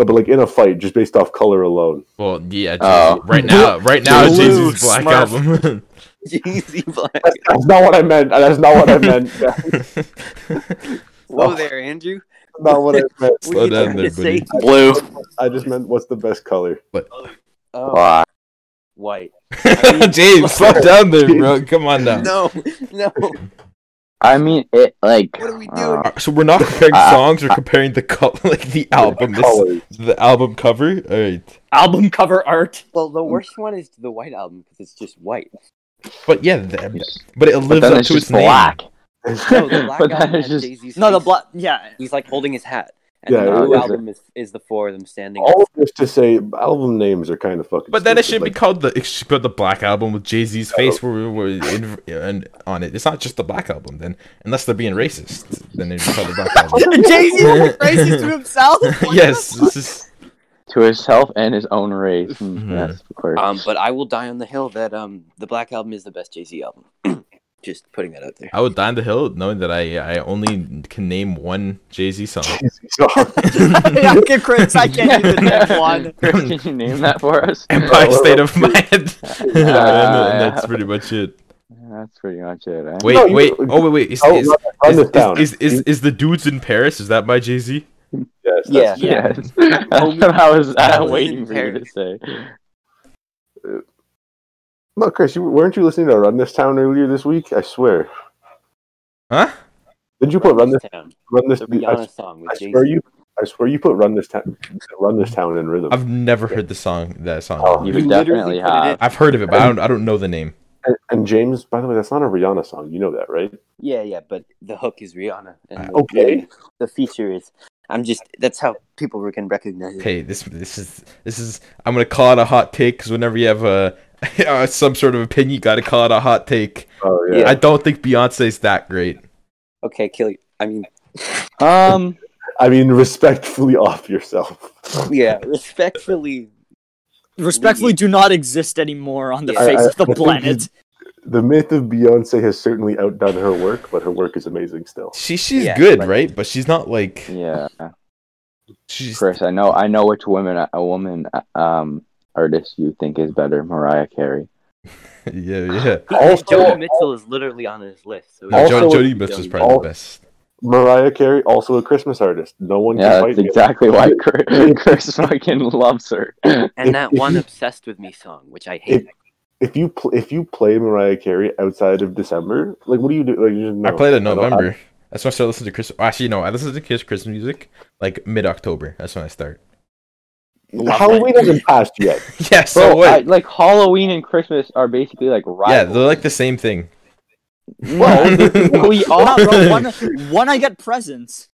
B: No, but like in a fight, just based off color alone.
D: Well, yeah. Jay-Z.
A: Oh.
D: Right now, right now,
C: Blue
D: Jay-Z's Black
C: Smurf.
D: Album.
A: Jeezy Black.
B: That's, that's not what I meant. That's not what I meant. That's
A: Whoa there, Andrew.
B: not what I meant.
A: What
D: Slow
A: are you
D: down
A: trying
D: there,
A: to say?
F: Blue.
B: I just meant what's the best color.
A: Oh,
F: Why?
A: white.
D: James, slow down there, bro. Come on now.
A: No, no.
E: I mean, it like.
A: What are we doing?
E: uh,
D: Uh, So we're not comparing
E: Uh,
D: songs. We're comparing the co- like the album, this,
B: Colors.
D: the album cover. All right,
C: Album cover art.
A: Well, the worst one is the white album because it's just white.
D: but yeah, the, but it
E: but
D: lives
E: then
D: up
E: it's
D: to its
E: just black.
A: No, the black
E: But that
A: album
E: is
A: has
E: just-
A: Jay-Z's
C: No, the
A: face.
C: black. Yeah.
A: He's like holding his hat. And
B: Yeah,
A: the
B: it
A: blue
B: is.
A: album is, is the four of them standing.
B: All
A: up.
B: of this to say, album names are kind of fucking.
D: But then it should
B: stupid.
D: be called the it should be called the black album with Jay Z's face where we were in, and on it. It's not just the black album then, unless they're being racist. Then it'd be called the black album.
C: Jay Z racist to himself. What
D: yes, this is
E: to himself and his own race.
D: Mhm.
E: Hmm, Yes, of course.
A: Um, but I will die on the hill that um the black album is the best Jay Z album. just putting that out there.
D: I would die on the hill knowing that I I only can name one Jay Z song.
C: the- I can Chris, I can't even name one.
E: Can you name that for us?
D: Empire State of Mind. and then- and
E: yeah.
D: that's pretty much it.
E: That's pretty much it. Eh?
D: Wait,
B: No, you-
D: wait. Oh, wait, wait. Is,
B: Oh,
D: is,
B: run, run
D: is,
B: this down.
D: is, is, is, the dudes in Paris? Is that by Jay Z?
B: yes, that's-
A: Yeah.
E: Yes, that's what I was uh,
A: Homie
E: waiting
A: in
E: for you to say.
B: No, Chris, you, weren't you listening to Run This Town earlier this week? I swear.
D: Huh?
B: Didn't you put Run This
A: Town,
B: Run This?
A: the
B: I,
A: Rihanna song with
B: I
A: Jay
B: swear
A: Z.
B: you. I swear you put Run This Town. Run This Town in rhythm.
D: I've never heard the song. That song.
B: Oh.
E: You,
A: You literally
E: definitely
A: put it in.
E: have.
D: I've heard of it, but I don't. I don't know the name.
B: And, and James, by the way, that's not a Rihanna song. You know that, right?
A: Yeah, yeah, but the hook is Rihanna. And the,
B: Okay.
A: The feature is. I'm just. That's how people can recognize it.
D: Hey, this this is this is. I'm gonna call it a hot take because whenever you have a uh, some sort of opinion, you gotta call it a hot take.
B: Oh yeah.
A: Yeah.
D: I don't think Beyonce's that great.
A: Okay, kill you. I mean,
E: Um,
B: I mean, respectfully off yourself.
A: yeah, respectfully.
C: Respectfully, do not exist anymore on the
A: Yeah.
C: face
B: I- I-
C: of the
B: I think
C: planet.
B: The myth of Beyonce has certainly outdone her work, but her work is amazing still.
D: She she's
A: Yeah,
D: good,
A: but-
D: right? But she's not like
E: yeah,
D: she's.
E: Chris, I know, I know which woman, a woman, uh, um, artist you think is better, Mariah Carey.
D: Yeah, yeah.
B: Also-
A: Joni Mitchell is literally on his list. So
D: No,
B: Also-
D: Jody, Jody Mitchell's probably
B: al-
D: the best.
B: Mariah Carey, also a Christmas artist. No one
E: Yeah,
B: can fight
E: that's
B: me.
E: exactly why Chris, Chris fucking loves her.
A: and
B: if-
A: that
B: if
A: one
B: you-
A: obsessed with me song, which I hate.
B: If you pl- if you play Mariah Carey outside of December, like what do you do? Like, you just,
D: I
B: no,
D: played it in
B: don't-
D: November. That's when I started listening to Chris. Actually, no, I listened to Kiss Christmas music like mid October. That's when I start.
B: I- Halloween hasn't passed yet.
D: Yeah. So
E: Bro,
D: what?
E: I- like Halloween and Christmas are basically like
D: yeah,
E: rivals.
D: they're like the same thing.
E: Oh, no, we
C: Nah,
E: are.
C: bro, one, one, I get presents.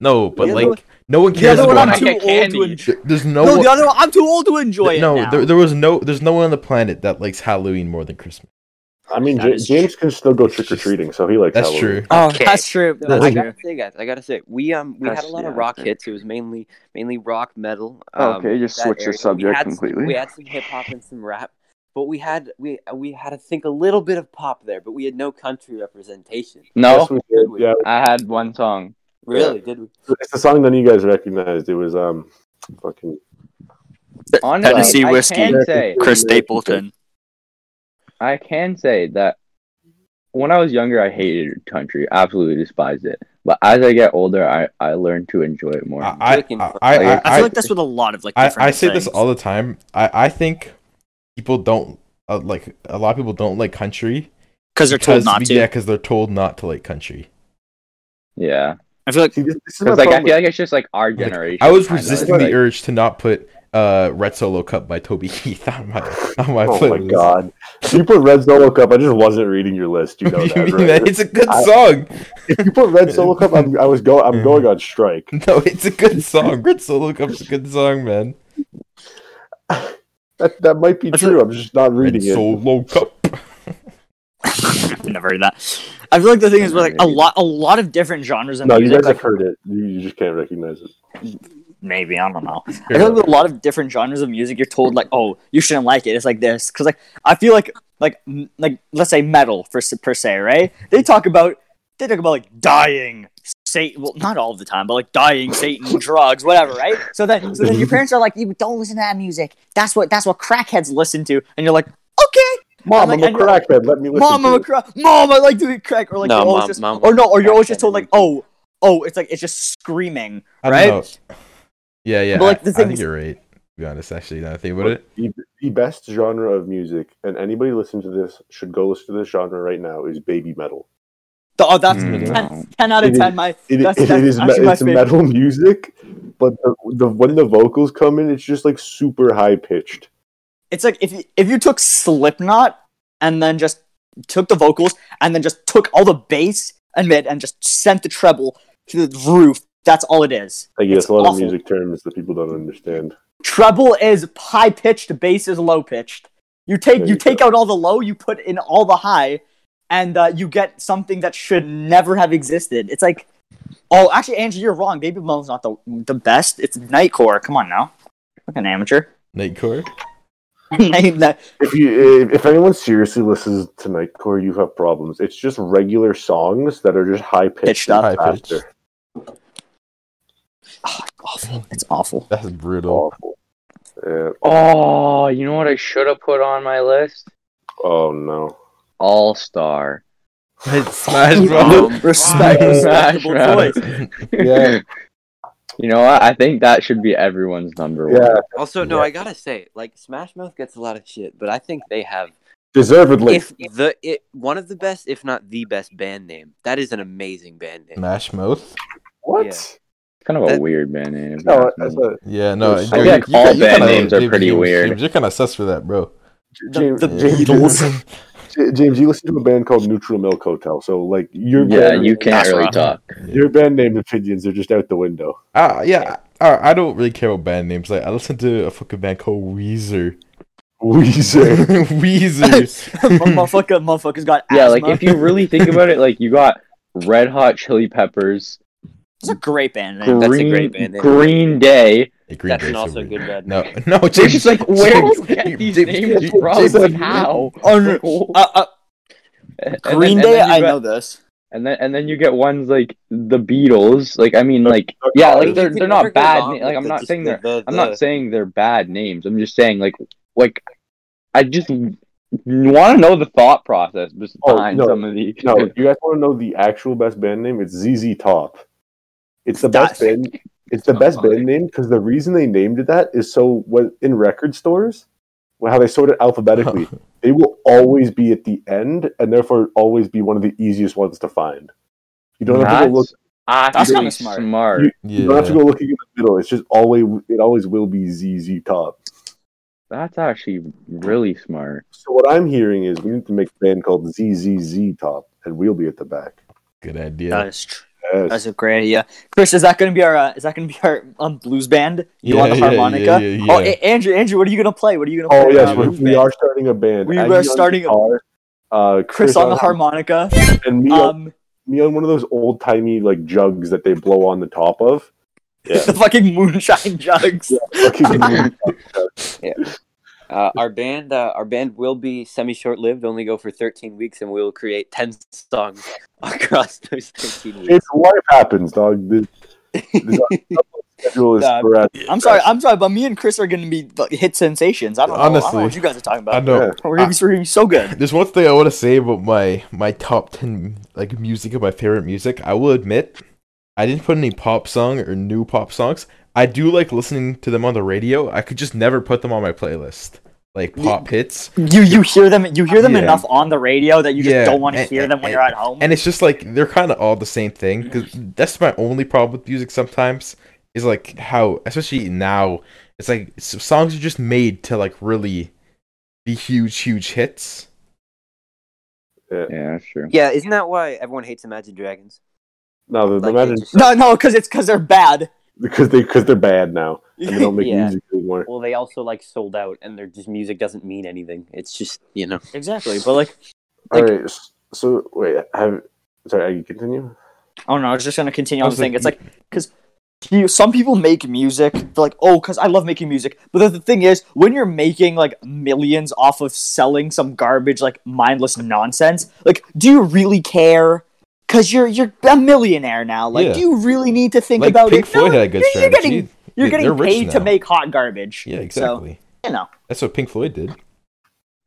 D: No, but
C: The other
D: like
C: one-
D: no one
C: The
D: cares
C: other
D: about.
C: one, I'm
E: I
C: too
E: get
C: old
E: candy.
C: to enjoy.
D: There- There's no.
C: No,
D: one-
C: the other one, I'm too old to enjoy it.
D: no,
C: now.
D: there, there was no. There's no one on the planet that likes Halloween more than Christmas.
B: I mean,
A: That
B: J-
A: is
B: James can still go trick or treating, so he likes
D: That's
B: Halloween.
D: true.
C: Oh,
A: Okay.
C: that's true.
A: No,
C: That's
A: I
C: true.
A: gotta say, guys, I gotta say, we um we had a
E: That's-
A: lot of
E: yeah,
A: rock
E: okay.
A: hits. It was mainly mainly rock metal. Um,
E: Oh, Okay, just
A: that
E: switch your
A: area. We
E: subject
A: had some-
E: completely.
A: we had some hip hop and some rap, but we had we we had to think a little bit of pop there, but we had no country representation.
E: No,
B: Yes, we did. Yeah,
E: I had one song.
A: Really, did we?
B: it's a song none of you guys recognized. It was um, fucking
E: Honestly,
F: Tennessee
E: I
F: whiskey.
E: can say,
F: Chris Stapleton.
E: I can say that when I was younger, I hated country, absolutely despised it. But as I get older, I, I learned to enjoy it more.
D: I
A: Freaking-
D: I I, I,
C: I
D: I,
C: feel like that's with a lot of like.
D: I,
C: different
D: I say
C: things.
D: this all the time. I I think people don't uh, like a lot of people don't like country
C: because they're told not to.
D: Yeah, because they're told not to like country.
E: yeah,
C: I feel like
B: See, this, this is my
E: because like I
B: problem
E: feel like it's just like our
D: Like,
E: generation.
D: I was
E: kinda,
D: resisting the
E: like-
D: urge to not put uh Red Solo Cup by Toby Keith on my on my
B: Oh my
D: playlist.
B: god! If you put Red Solo Cup, I just wasn't reading your list. You know
D: What do you
B: that,
D: mean
B: right?
D: that? It's a good
B: I-
D: song.
B: If you put Red Solo Cup, I'm, I was go. I'm going on strike.
D: No, it's a good song. Red Solo Cup's a good song, man.
B: That that might be
C: I feel-
B: true. I'm just not
D: Red
B: reading it.
D: Solo Cup.
C: I've never heard that. I feel like the thing is with like a lot, a lot of different genres and
B: no, you
C: music.
B: guys
C: like,
B: have heard it. You, you just can't recognize it.
C: maybe I don't know. I feel like with a lot of different genres of music, you're told like, oh, you shouldn't like it. It's like this because like I feel like like m- like let's say metal for s- per se, right? They talk about they talk about like dying, Satan, well, not all the time, but like dying, Satan, drugs, whatever, right? So then, so then
A: Mm-hmm.
C: your parents are like, "You don't listen to that music. That's what that's what crackheads listen to." And you're like, "Okay,
B: Mom,
C: I'm
B: I'm,
C: like,
B: a
C: I know-
B: crackhead. Let me listen.
C: mom,
B: to
C: I'm a
B: it.
C: crack. Mom, I like doing crack." Or like,
A: No,
C: you're always
A: mom-
C: just,
A: mom
C: or no, or you're always
A: crackhead
C: just told like, "Oh, oh," it's like it's just screaming,
D: I
C: right?
D: don't know. Yeah, yeah.
C: But, like,
D: I-
C: the
D: I,
C: thing
D: think
C: is-
D: you're right. To be honest, actually, now that I think about it,
B: The, the best genre of music, and anybody listening to this should go listen to this genre right now, is baby metal.
C: The- oh, that's
D: Hmm.
C: 10, 10 out
B: Mm.
C: of
B: It is-
C: ten. My
B: It,
C: That's-
B: it- it
C: that's
B: is me-
C: actually my
B: it's
C: favorite.
B: metal music, but the, the when the vocals come in, it's just like super high pitched.
C: it's like if you, if you took Slipknot and then just took the vocals and then just took all the bass and mid and just sent the treble to the roof. That's all it is.
B: Like yes,
C: It's
B: a lot
C: awful.
B: of music terms that people don't understand.
C: Treble is high pitched, bass is low pitched. You take
B: There
C: you
B: you
C: take out all the low, you put in all the high, and uh, you get something that should never have existed. It's like, oh, actually, Andrew, you're wrong. Baby Metal's not the the best. It's Nightcore. Come on now, fucking amateur.
D: Nightcore.
C: Night- night-
B: If you if, if anyone seriously listens to Nightcore, you have problems. It's just regular songs that are just high
C: Pitched
B: pitched
C: up.
B: and
D: High-pitched.
B: faster.
C: oh, awful. It's awful.
D: That's brutal.
B: Awful. Yeah.
E: Oh, you know what I should have put on my list?
B: Oh no.
E: All Star.
D: Hit Smash Bros.
A: Um,
C: Respect, respectable
E: Smash
C: choice.
B: Yeah.
E: You know what? I think that should be everyone's number one.
B: yeah.
A: also, no,
B: Yeah.
A: I gotta say, like Smash Mouth gets a lot of shit, but I think they have
B: Deservedly.
A: if the it one of the best, if not the best band name. That is an amazing band name.
D: Smash Mouth.
B: what?
E: Kind of a
A: That-
E: weird band name. if you
B: No,
E: ask me.
B: that's a,
D: Yeah, no.
B: I
D: dude,
B: think
E: all
D: kinda-
E: band
D: kinda-
E: names are pretty weird.
D: James, you're kind of sus for that, bro.
B: James,
C: the
B: James,
C: Beatles.
B: J- James, you listen to a band called Neutral Milk Hotel, so like your
E: yeah,
B: band,
E: you can't
C: That's
E: really
C: rough.
E: talk.
B: your band name opinions are just out the window.
D: Uh, yeah. I, I don't really care about band names. Like I listen to a fucking band called Weezer.
B: Weezer.
D: Weezer.
C: motherfucker, motherfucker's got
E: Yeah,
C: asthma.
E: like if you really think about it, like you got Red Hot Chili Peppers,
C: it's a great band name.
E: Green,
A: That's a great band name.
E: Green Day.
D: Green
A: That's
D: Day's
A: an
D: so
A: also
D: weird.
A: good band
D: No,
A: name.
D: no,
E: It's
D: James.
E: just like where do you
D: James,
E: get these
D: James,
E: names
D: James,
E: from?
D: James,
E: Like how?
C: Oh, no.
E: Like, wh-
C: Uh, uh,
E: and then-
C: Green
E: and
C: Day,
E: then you
C: I
E: got-
C: know this.
E: And then and then you get ones like the Beatles. Like I mean, like
B: They're
E: yeah,
B: fine.
E: like they're
A: You can never
E: they're not
A: go
E: bad.
A: wrong
E: na-
A: with
E: Like I'm
A: the-
E: not
A: just
E: saying
A: the-
E: they're
A: the-
E: I'm
A: the-
E: not saying they're bad names. I'm just saying like like I just want to know the thought process behind
B: Oh, no.
E: some of these.
B: no, you guys want to know the actual best band name? It's ZZ Top. It's the best
C: That's-
B: band. It's the
E: Oh,
B: best
E: okay.
B: band name because the reason they named it that is so when in record stores, well, how they sort it alphabetically, they will always be at the end and therefore always be one of the easiest ones to find. You don't have to go look.
E: That's actually
C: kinda smart.
E: smart.
D: yeah.
B: You don't have to go looking in the middle. It's just always it always will be ZZ Top.
E: That's actually really smart.
B: So what I'm hearing is we need to make a band called ZZZ Top, and we'll be at the back.
D: Good
A: Uh,
D: idea.
C: is true.
B: Yes.
C: That's a great idea. Chris, is that going to be our? Uh, is that going to be our um, blues band? You
D: Yeah,
C: on the
D: yeah,
C: harmonica?
D: yeah, yeah,
C: Oh,
D: yeah.
C: A- Andrew, Andrew, what are you going to play? What are you going to
B: oh
C: play?
B: yes,
C: on
B: we
C: the blues
B: we
C: band?
B: are starting a band.
C: um, We
B: Andy
C: were
B: on
C: starting a-
B: guitar, uh,
C: Chris on the harmonica.
B: and me, on,
C: Um,
B: me on one of those old timey like jugs that they blow on the top of. Yeah.
C: the fucking moonshine jugs.
B: Fucking-
A: Uh, our band, uh, our band will be semi-short-lived. Only go for 13 weeks, and we will create 10 songs across those 13 weeks.
B: it's life happens, dog. The, schedule is
C: Yeah.
B: sporadic.
C: I'm sorry, I'm sorry, but me and Chris are going to be like, hit sensations. I don't know. I don't
D: Honestly.
C: know what you guys are talking about.
D: I know.
B: Yeah.
C: We're going to be so good.
D: There's one thing I want to say about my my top ten like music of my favorite music. I will admit, I didn't put any pop song or new pop songs. I do like listening to them on the radio. I could just never put them on my playlist, like pop hits.
C: You you hear them you hear them
D: Yeah.
C: enough on the radio that you just
D: Yeah,
C: don't want to
D: and-
C: hear them when
D: and-
C: you're at home.
D: And it's just like they're kind of all the same thing. Because that's my only problem with music sometimes is like how, especially now, it's like s- songs are just made to like really be huge, huge hits.
E: Yeah, that's true.
A: Yeah, isn't that why everyone hates Imagine Dragons?
B: No, the,
A: Like,
B: imagine
A: they just-
C: no, no, because it's because they're bad.
B: because they because they're bad now and they don't make
A: Yeah.
B: music anymore.
A: Well, they also like sold out, and their just music doesn't mean anything. It's just you know.
C: exactly, but like,
B: All right. s- So wait, have sorry, I can continue.
C: I don't know. I was just gonna continue
D: I
C: on the
D: was
C: thing.
D: like-
C: It's like because you some people make music. They're like, oh, because I love making music. But the, the thing is, when you're making like millions off of selling some garbage, like mindless nonsense, like, do you really care? because you're you're a millionaire now. Like,
D: Yeah.
C: do you really need to think
D: like
C: about
D: Pink
C: it?
D: Floyd
C: No,
D: had a good
C: you're, you're
D: strategy.
C: getting you're
D: Yeah, they're
C: getting
D: rich
C: paid to
D: now.
C: make hot garbage.
D: Yeah, exactly.
C: So, you know,
D: That's what Pink Floyd did.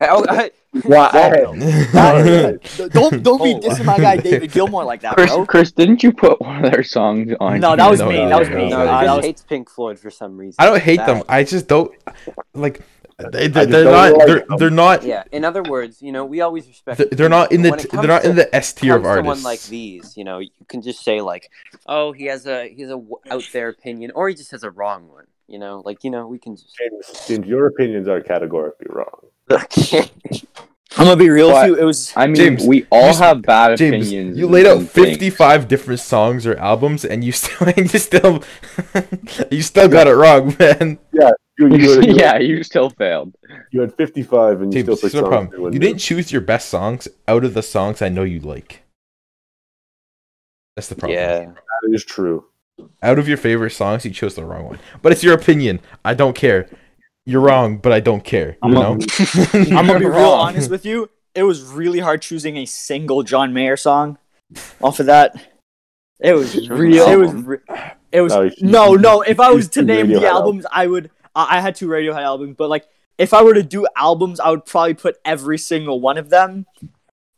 A: Oh, I-
E: Why?
C: don't don't be
B: Oh,
C: dissing my guy David Gilmour like that,
E: Chris,
C: bro.
E: Chris, didn't you put one of their songs on?
C: No,
E: here?
C: that was
D: No,
C: me.
D: no,
C: that was
D: no,
C: me.
D: no, no.
C: Uh,
A: I
C: that
A: just
C: was
A: hates Pink Floyd for some reason.
D: I don't hate
A: That-
D: them. I just don't like. They,
B: I
D: they're,
B: just
D: they're
B: don't
D: not.
B: like
D: They're,
B: them.
D: they're not.
A: Yeah. In other words, you know, we always respect.
D: They're, they're not in the.
A: When it
D: They're
A: comes
D: not
A: to-
D: in the S tier
A: comes
D: of
A: to Someone
D: artists.
A: like these, you know, you can just say like, "Oh, he has a he's a w- out there opinion," or he just has a wrong one. You know, like you know, we can just.
B: James, James, your opinions are categorically wrong.
C: I'm gonna be real
E: But-
C: with you. It was
E: I mean,
D: James,
E: we all
D: you-
E: have bad
D: James,
E: opinions.
D: you laid out
E: and things.
D: fifty-five different songs or albums, and you still, and you still, you still got it wrong, man.
B: You, you, had, you,
E: yeah, you still failed.
B: you had 55 and you
D: James,
B: still
D: this
B: picked
D: is my
B: songs. that
D: problem.
B: wouldn't
D: You didn't choose your best songs out of the songs I know you like. That's the problem.
A: yeah.
B: That is true.
D: Out of your favorite songs, you chose the wrong one. But it's your opinion. I don't care. You're wrong, but I don't care. You
C: I'm
D: know.
C: I'm gonna be
E: You're
C: real
E: wrong.
C: honest with you. It was really hard choosing a single John Mayer song off of that. It was real. It was. Re- it was
B: No, you-
C: no,
B: you-
C: no. If I
B: you
C: was to
B: choose
C: name
B: Radiohead albums.
C: the albums, I would. I I had two Radiohead albums, but like, if I were to do albums, I would probably put every single one of them.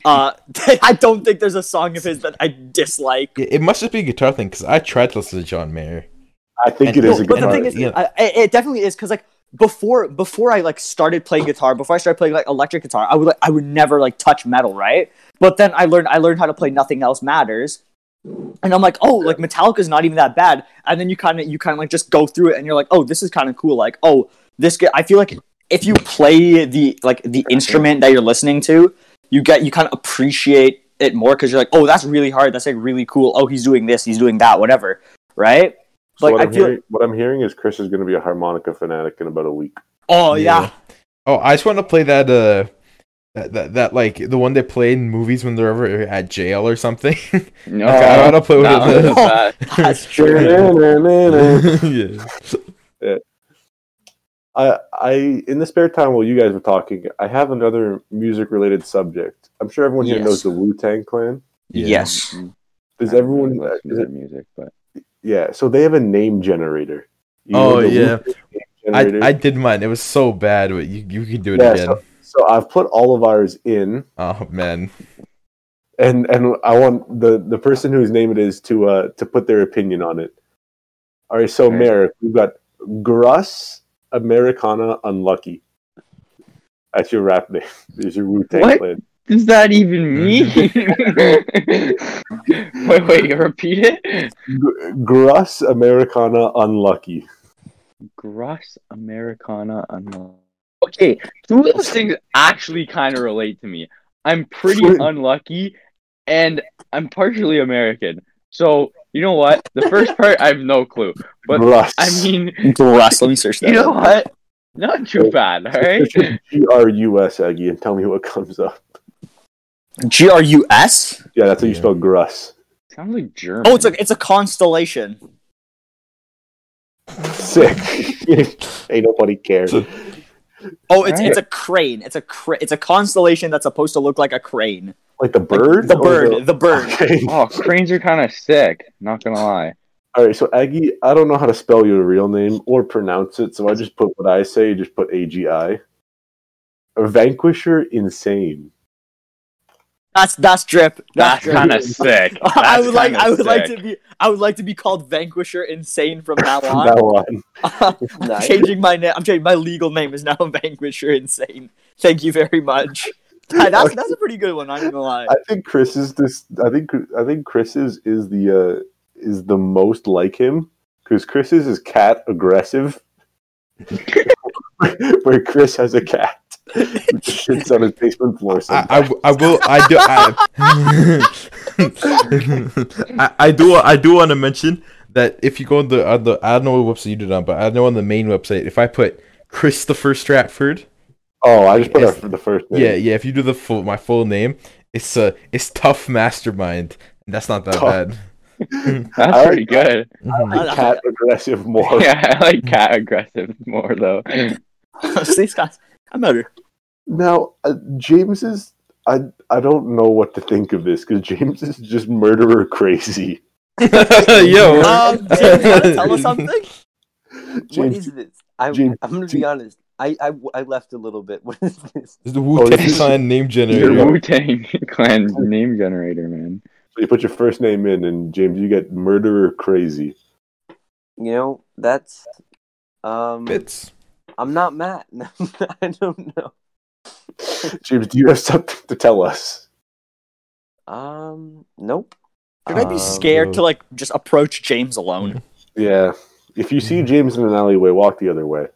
C: Uh, I don't think there's a song of his that I dislike.
D: It, it must just be a guitar thing because I tried to listen to John Mayer.
B: I think it
D: And-
B: is a
C: No, but
B: good
C: the
D: guitar,
C: thing is,
D: yeah.
C: I, I- it definitely is because like before before I like started playing guitar, before I started playing like electric guitar, I would like I would never like touch metal, right? But then I learned I learned how to play Nothing Else Matters, and I'm like, oh, like Metallica's not even that bad. And then you kind of you kind of like just go through it, and you're like, oh, this is kind of cool. Like, oh, this guy. I feel like if you play the like the instrument that you're listening to, you get you kind of appreciate it more because you're like, oh, that's really hard. That's like really cool. Oh, he's doing this. He's doing that. Whatever. Right.
B: So
C: like,
B: what,
C: I
B: I'm
C: feel-
B: hearing, what I'm hearing is Chris is going to be a harmonica fanatic in about a week.
C: Oh yeah.
D: Oh, I just want to play that. Uh, that, that that like the one they play in movies when they're ever at jail or something.
E: No,
D: Like, I wanna play with
E: Oh, that
D: it.
E: was bad.
C: That's
D: yeah.
B: I, I, in the spare time while you guys were talking, I have another music-related subject. I'm sure everyone here
C: Yes.
B: knows the Wu Tang Clan. Does
C: Yes.
E: I don't really
B: everyone?
E: listen to
B: is
E: their
B: it-
E: music? But
B: yeah. So they have a name generator. You know
D: Oh
B: the Wu
D: yeah.
B: Tang
D: I,
B: generator?
D: I did mine. It was so bad, but you, you can do it
B: Yeah,
D: again.
B: so I've put all of ours in,
D: Oh man.
B: and and I want the the person whose name it is to uh to put their opinion on it. All right. So
E: Okay.
B: Merrick, we've got Gruss Americana Unlucky. That's your rap name. Is your Wu Tang
E: What?
B: Clan?
E: does that even mean? wait, wait, you repeat it.
B: Gr- Gruss Americana Unlucky.
E: Gross Americana unlucky. Okay, two of those things actually kind of relate to me. I'm pretty unlucky, and I'm partially American. So you know what? The first part, I have no clue. But
B: Gruss.
E: I mean,
C: Russ, let me search that.
E: you know
C: up.
E: what? Not
C: Oh.
E: too bad, all right?
B: G R U S Aggie, and tell me what comes up.
C: G R U S.
B: Yeah, that's how you
D: Yeah.
B: spell Gruss.
E: Sounds like German.
C: Oh, it's a it's a constellation.
B: Sick. Ain't nobody cares.
C: Oh, it's
E: Right.
C: it's a crane. It's a cra- it's a constellation that's supposed to look like a crane.
B: Like the bird?
C: The
B: or
C: bird, the bird.
B: Okay.
E: Oh, cranes are kind of sick. Not gonna lie.
B: All right, so Aggie, I don't know how to spell your real name or pronounce it, so I just put what I say, just put A G I. Vanquisher Insane.
C: That's that's drip. That's,
E: That's
C: drip.
E: kind of sick.
C: I
E: That's
C: would like
E: kinda
C: I would like
E: sick.
C: to be I would like to be called Vanquisher Insane from now
B: From
C: on.
B: now on.
C: I'm changing my name. I'm changing my legal name is now Vanquisher Insane. Thank you very much. Ah, That's that's a pretty good one. I'm not gonna lie.
B: I think Chris is this I think I think Chris's is the uh is the most like him because Chris's is cat aggressive. where Chris has a cat. who just shits on his basement floor
D: I,
B: sometimes.
D: I, w- I will I do I, I, I do I do want to mention that if you go on the on the I don't know what website you did on, but I know on the main website if I put Christopher Stratford,
B: Oh, I just put
D: Yes.
B: up for the first name.
D: yeah yeah, if you do the full my full name, it's uh it's tough mastermind. That's not that
B: Tough.
D: bad.
E: That's
B: I
E: pretty good.
D: Mhm.
C: I-
B: cat aggressive more.
E: Yeah, I like cat aggressive more though.
C: These guys, I'm better.
B: Now, uh, James's I I don't know what to think of this because James is just murderer crazy.
D: Yo.
C: Um, James, wanna tell us something?
A: what
B: James,
A: is this? I,
B: James-
A: I'm going to be honest. I, I, I left a little bit. What is this?
D: It's the Wu Tang
B: oh, this is-
D: Clan name
E: Your
D: generator.
E: Wu Tang Clan name generator, man.
B: you put your first name in, and James, you get murderer crazy.
A: You know, that's. Um,
D: Bits.
A: I'm not Matt. I don't know.
B: James, do you have something to tell us?
A: Um, nope.
C: Should I be
A: Um,
C: scared to like just approach James alone?
B: Yeah. If you see James in an alleyway, walk the other way.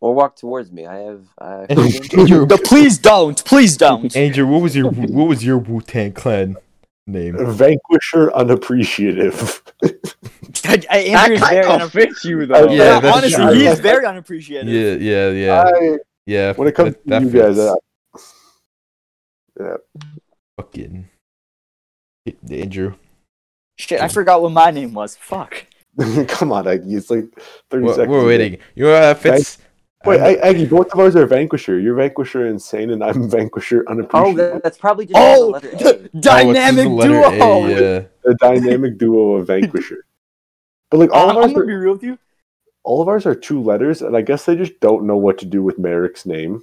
A: Or walk towards me. I have. I
D: And your-
C: No, please don't. Please don't.
D: Andrew, what was your what was your Wu Tang Clan name?
B: Vanquisher unappreciative.
C: Andrew's
E: that
C: very
E: kind of
C: unappreciative.
E: fits you though.
D: Yeah,
C: Yeah,
D: that's true.
C: honestly, he is very unappreciative.
D: Yeah, yeah, yeah,
B: I,
D: yeah.
B: when it comes
D: that- that
B: to you guys,
D: fits.
B: uh,
D: fucking Andrew.
C: Shit, I forgot what my name was. Fuck.
B: uh, come on, Aggie. It's like 30
D: We're,
B: seconds.
D: we're
B: ago.
D: waiting. You know that fits.
B: Wait,
D: I'm-
B: Ag- Aggie, both of ours are Vanquisher. You're Vanquisher insane, and I'm Vanquisher
A: oh,
B: unappreciative.
A: that, that's probably just the
C: Oh,
A: letter A.
C: dynamic
D: oh, it's just the
C: duo.
D: letter A, yeah.
B: the dynamic duo of Vanquisher. But like all
C: Oh, I'm,
B: of
C: I'm
B: ours,
C: gonna
B: are,
C: be real with you.
B: all of ours are two letters, and I guess they just don't know what to do with Merrick's name.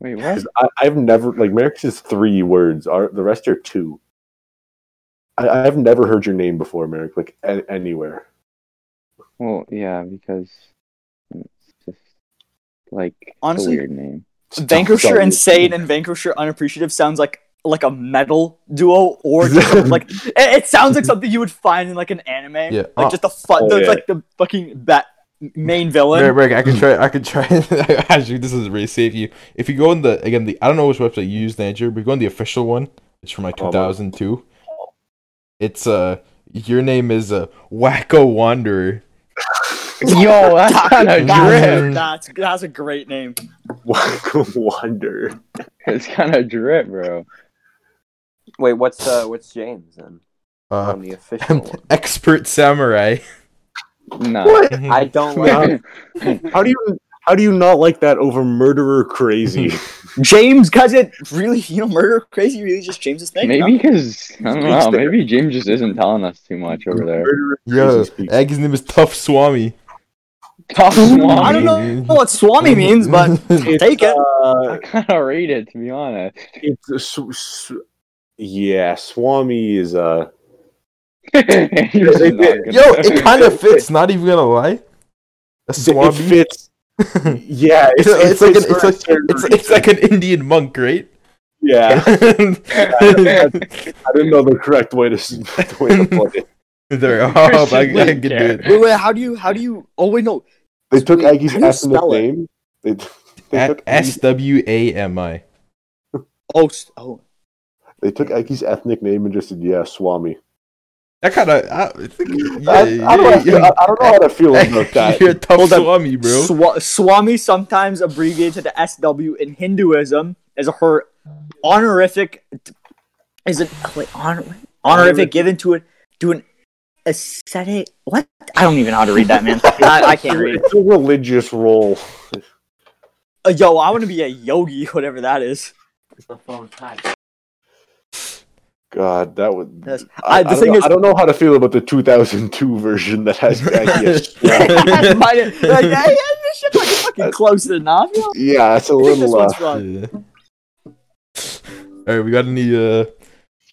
E: Wait, what?
B: 'Cause I, I've never like Merrick's is three words. Our, the rest are two. I, I've never heard your name before, Merrick, like a- anywhere.
E: Well, yeah, because it's just like it's
C: Honestly,
E: a weird name.
C: Vanquisher
B: Sorry.
C: Insane and Vanquisher Unappreciative sounds like like a metal duo or just a- like it, it sounds like something you would find in like an anime.
D: Yeah.
C: Like just the fun,
B: Oh,
C: the,
B: yeah.
C: like the fucking that main villain.
D: Merrick, Merrick, I can try. I can try. Actually, this is really safe. You, if you go in the again, the I don't know which website you used, Andrew, but go on the official one. It's from like
B: Oh, my-
D: 2002. It's uh, your name is uh, Wacko Wanderer.
E: Yo, that's
C: Doc-
E: kind of drip.
D: Drip.
C: That's that's a great name.
B: Wonder.
E: It's kind of drip, bro.
A: Wait, what's uh, what's James then?
B: Um,
D: Uh,
A: on the official one.
D: expert samurai.
E: Nah.
B: What?
A: I don't like.
B: Nah. How do you how do you not like that over murderer crazy?
C: James, cause it really you know murder crazy really just James's name.
E: Maybe because I don't know.
B: Speaks there.
E: Maybe James just isn't telling us too much over there.
B: murderer
D: Yo,
B: crazy speaks.
D: Aggie's name is Tough Swami.
E: Tough
C: no? I
E: Swami.
C: don't know what Swami means, but take it.
B: Uh,
E: I kind of read it to be honest.
B: it's a sw- sw- yeah, Swami is uh
E: You're just
B: It-
E: not
B: it-
E: good
D: Yo,
E: at
D: it kind of fits. Not even gonna lie. A
B: it
D: Swami.
B: fits. Yeah,
D: It's, it's like an,
B: fits
D: it's,
B: for
D: like,
B: a certain
D: it's,
B: reason.
D: it's like an Indian monk, right?
B: yeah.
D: there.
B: I didn't know the correct way to s- the way to put it.
D: Oh, I, I can do it.
C: Wait, wait, how do you how do you? Oh wait, no.
B: They took
C: Wait,
B: Aggie's
C: how do you
B: ethnic
C: spell it?
B: name. They, t- they took
D: S W A M I.
C: Oh, s- oh.
B: they took Aggie's ethnic name and just said yeah, Swami.
D: That kind of. I, think- yeah,
B: I, I, don't know,
D: yeah,
B: how to- I, I don't know how to feel about
D: yeah.
B: that.
D: You're a tough
C: Hold on.
D: swami, bro.
C: Swa- Swami, sometimes abbreviated to SW in Hinduism, is a her honorific. Is it wait, honor, honorific
B: Honorific.
C: given to it to an ascetic? What? I don't even know how to read that, man. I, I can't read.
B: It's a religious role.
C: Uh, yo, I want to be a yogi, whatever that is.
B: God, that would.
C: Yes.
B: I,
C: I-
B: I,
C: the
B: don't
C: thing
B: know,
C: is-
B: I don't know how to feel about the 2002 version that has Aggie. as- yeah,
C: That's my- like, yeah, yeah, this shit's like fucking close enough. yo.
B: yeah, it's a
C: I think this
B: little. Uh,
C: one's wrong.
D: Yeah. All right, we got any. Uh,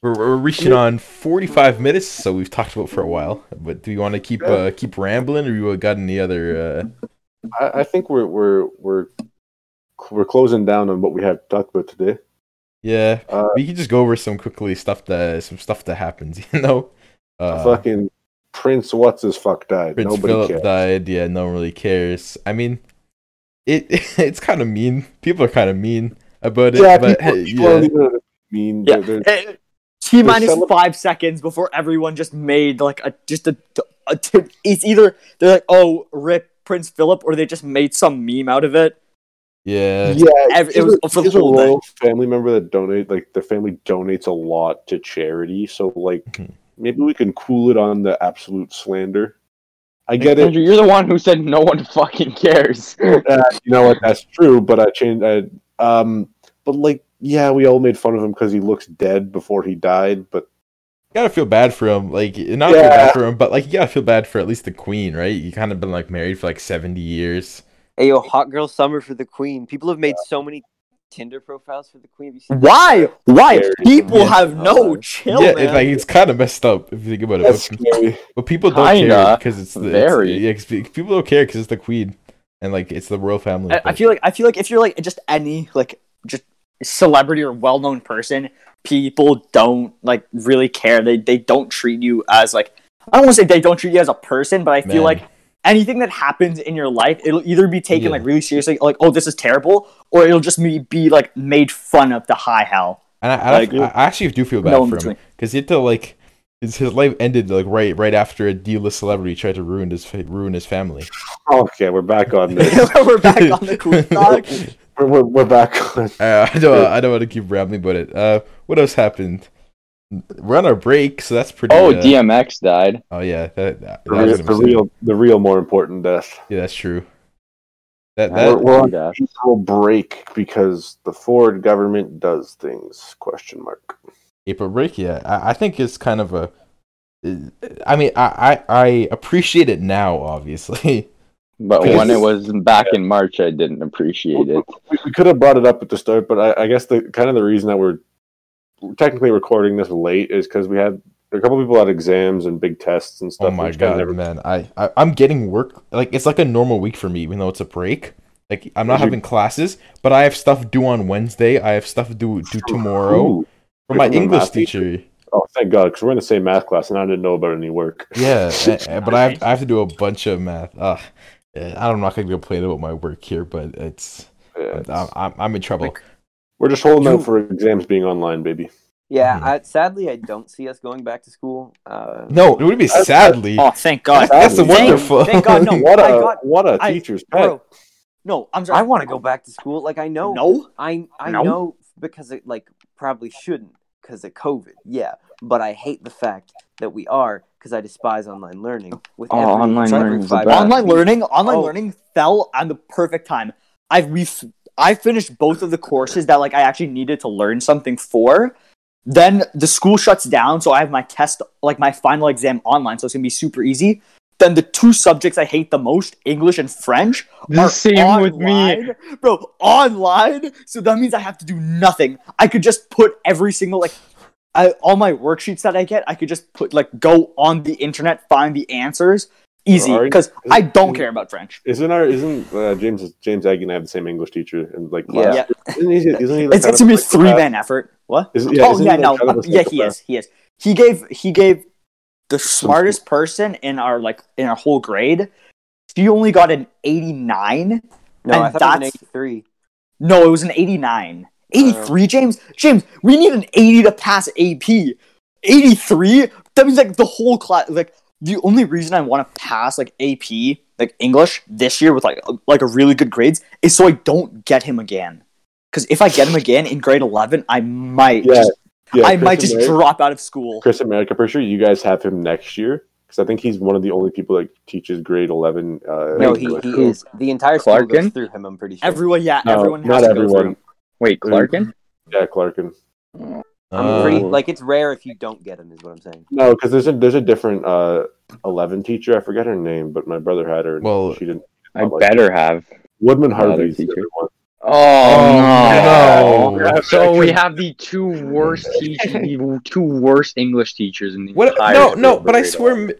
D: we're, we're reaching on 45 minutes, so we've talked about for a while. But do you want to keep uh, keep rambling, or you got any other? uh,
B: I, I think we're we're we're we're closing down on what we have talked about today.
D: Uh, yeah,
B: Uh,
D: we can just go over some quickly stuff that some stuff that happens. You know, uh,
B: Fucking Prince, what's his fuck died?
D: Prince
B: Nobody
D: Philip
B: cares.
D: died. Yeah, no one really cares. I mean, it it's kind of mean. People are kind of mean about it.
B: Yeah,
D: but
B: people,
D: hey,
B: people
D: yeah.
B: don't even know what it mean.
C: Yeah.
B: They're- they're-
C: Eh, T minus
B: celeb-
C: five seconds before everyone just made like a just a, a t- it's either they're like oh rip Prince Philip or they just made some meme out of it.
D: yeah,
B: yeah,
C: Ev- it
B: he's
C: was
B: a-
C: for the
B: he's a
C: whole day.
B: royal family member that donate like their family donates a lot to charity. So like
D: Mhm.
B: maybe we can cool it on the absolute slander. I get it.
E: Andrew, you're the one who said no one fucking cares.
B: You know what? That's true. But I changed. I, um, but like yeah, we all made fun of him because he looks dead before he died, but
D: gotta feel bad for him. Like not feel
B: Yeah.
D: bad for him, but like you gotta feel bad for at least the queen, right? You kind of been like married for like seventy years.
A: Hey, yo, hot girl summer for the queen. People have made so many Tinder profiles for the queen. Have you seen
C: Why? Why?
B: Scary.
C: People
D: Yeah.
C: have no
A: Uh,
C: chill,
D: yeah,
C: man.
D: it, like it's kind of messed up if you think about it.
B: that's
D: But,
B: scary.
D: but people don't care
E: Kinda.
D: because it's the it's-
E: Very.
D: yeah, 'cause pe- people don't care because it's the queen and like it's the royal family.
C: I, I
D: but-
C: feel like I feel like if you're like just any like just celebrity or well known person, people don't like really care. They they don't treat you as like I don't want to say they don't treat you as a person, but I feel
D: Man.
C: like anything that happens in your life, it'll either be taken
D: Yeah.
C: like really seriously, like oh this is terrible, or it'll just be, be like made fun of the high hell.
D: and I, I,
C: like,
D: I actually do feel bad
C: No in
D: for him
C: between.
D: because he had to like his, his life ended like right right after a D list celebrity tried to ruin his fa- ruin his family.
B: Okay, we're back on this.
C: We're back on the queen dog.
B: we're, we're, we're back on.
D: Uh, I don't. I don't want to keep rambling about it. Uh, what else happened? We're on our break, so that's pretty.
E: Oh,
D: uh,
E: DMX died.
D: Oh yeah, that, that,
B: The
D: that
B: real,
D: was gonna
B: the
D: say-
B: real, the real more important death.
D: Yeah, that's true. That
E: That-
D: that
B: we're, we're on
E: that-
B: a break because the Ford government does things. Question mark.
D: April break, yeah, I, I think it's kind of a. I mean, I, I I appreciate it now, obviously.
E: But
B: Because-
E: when it was back in March, I didn't appreciate it.
B: We, we could have brought it up at the start, but I, I guess the kind of the reason that we're technically recording this late is because we had a couple people had exams and big tests and stuff.
D: oh my
B: which kinda
D: god,
B: never-
D: man, I, I I'm getting work like it's like a normal week for me, even though it's a break. Like I'm not
B: Did you-
D: having classes, but I have stuff due on Wednesday. I have stuff due due tomorrow
B: Ooh.
D: from my
B: From your
D: English
B: math teacher?
D: teacher.
B: Oh, thank God, because we're in the same math class, and I didn't know about any work.
D: Yeah, a- a- but I have, I have to do a bunch of math. Ugh. Eh, I'm not going to complain about my work here, but it's
B: Yeah,
D: I'm, I'm, I'm in trouble.
B: we're just holding
A: You-
B: out for exams being online, baby.
A: Yeah,
D: Mhm.
A: I, sadly, I don't see us going back to school. Uh,
D: No, it would be
B: That's-
D: sadly.
C: Oh thank God.
D: That's
B: sadly.
D: wonderful.
C: Thank God, no.
B: What
C: I
B: a
C: got-
B: what a
C: I-
B: teacher's pet.
C: Bro. No, I'm sorry.
A: I want to go back to school. Like I know,
C: No?
A: I I
C: No?
A: know because it like probably shouldn't because of COVID. Yeah, but I hate the fact that we are because I despise online lelearning. With
E: Oh,
A: every,
E: online
A: every
E: learning's the
A: fiber
E: best.
A: of
C: online
A: me.
C: learning online
A: Oh.
C: learning fell at the perfect time i've re- i finished both of the courses that like i actually needed to learn something for then the school shuts down so i have my test like my final exam online so it's gonna be super easy then the two subjects i hate the most english and french
E: The
C: are
E: same with me.
C: online, bro. Online, so that means I have to do nothing. I could just put every single like, I, all my worksheets that I get, I could just put like go on the internet, find the answers, easy.
B: Or are you-
C: Because I don't
B: is-
C: care about French.
B: Isn't our isn't uh, James James Aggie and I have the same English teacher and like
A: Yeah.
B: class? Isn't he, isn't he the kind
C: It's, it's
B: of uh,
C: gonna be a
B: psychopath?
C: three man effort. What?
B: Is- yeah,
C: oh
B: isn't he,
C: yeah,
B: like,
C: no,
B: kind of
C: uh,
B: a
C: yeah, he
B: psychopath?
C: is. He is. He gave he gave the smartest person in our like in our whole grade. She only got an eighty nine.
A: No, I thought it was
C: and
A: an
C: that's-
A: eighty-three.
C: No, it was an
B: Oh.
C: 89. 83, James? James, we need an 80 to pass AP. 83? That means like the whole class like the only reason I want to pass like AP, like English this year with like a- like a really good grades is so I don't get him again. Cuz if I get him again in grade 11, I might
B: Yeah,
C: just,
B: yeah,
C: I
B: Chris
C: might just
B: and Mary-
C: drop out of school.
B: Chris America. Pretty sure you guys have him next year because I think he's one of the only people that teaches grade eleven. Uh,
A: No, he,
B: English.
A: he is. The entire school goes
E: Clarkin?
A: through him. I'm pretty sure.
C: Everyone, yeah,
B: No,
C: everyone has
B: not
C: to go
B: everyone.
C: through.
E: Wait, Clarkin?
B: Yeah, Clarkin.
A: I'm
D: Uh,
A: pretty
E: Oh.
A: like it's rare if you don't get him. Is what I'm saying.
B: No, because there's a there's a different uh, eleven teacher. I forget her name, but my brother had her. and
D: Well-
B: she didn't.
E: I better have.
B: Woodman
E: Another
B: Harvey's the
E: teacher.
B: other one.
D: no.
E: Oh, no. So we have the two worst teachers, the two worst English teachers in the
D: What?
E: entire
D: No, no.
E: grade
D: But I
E: level.
D: swear, Mi-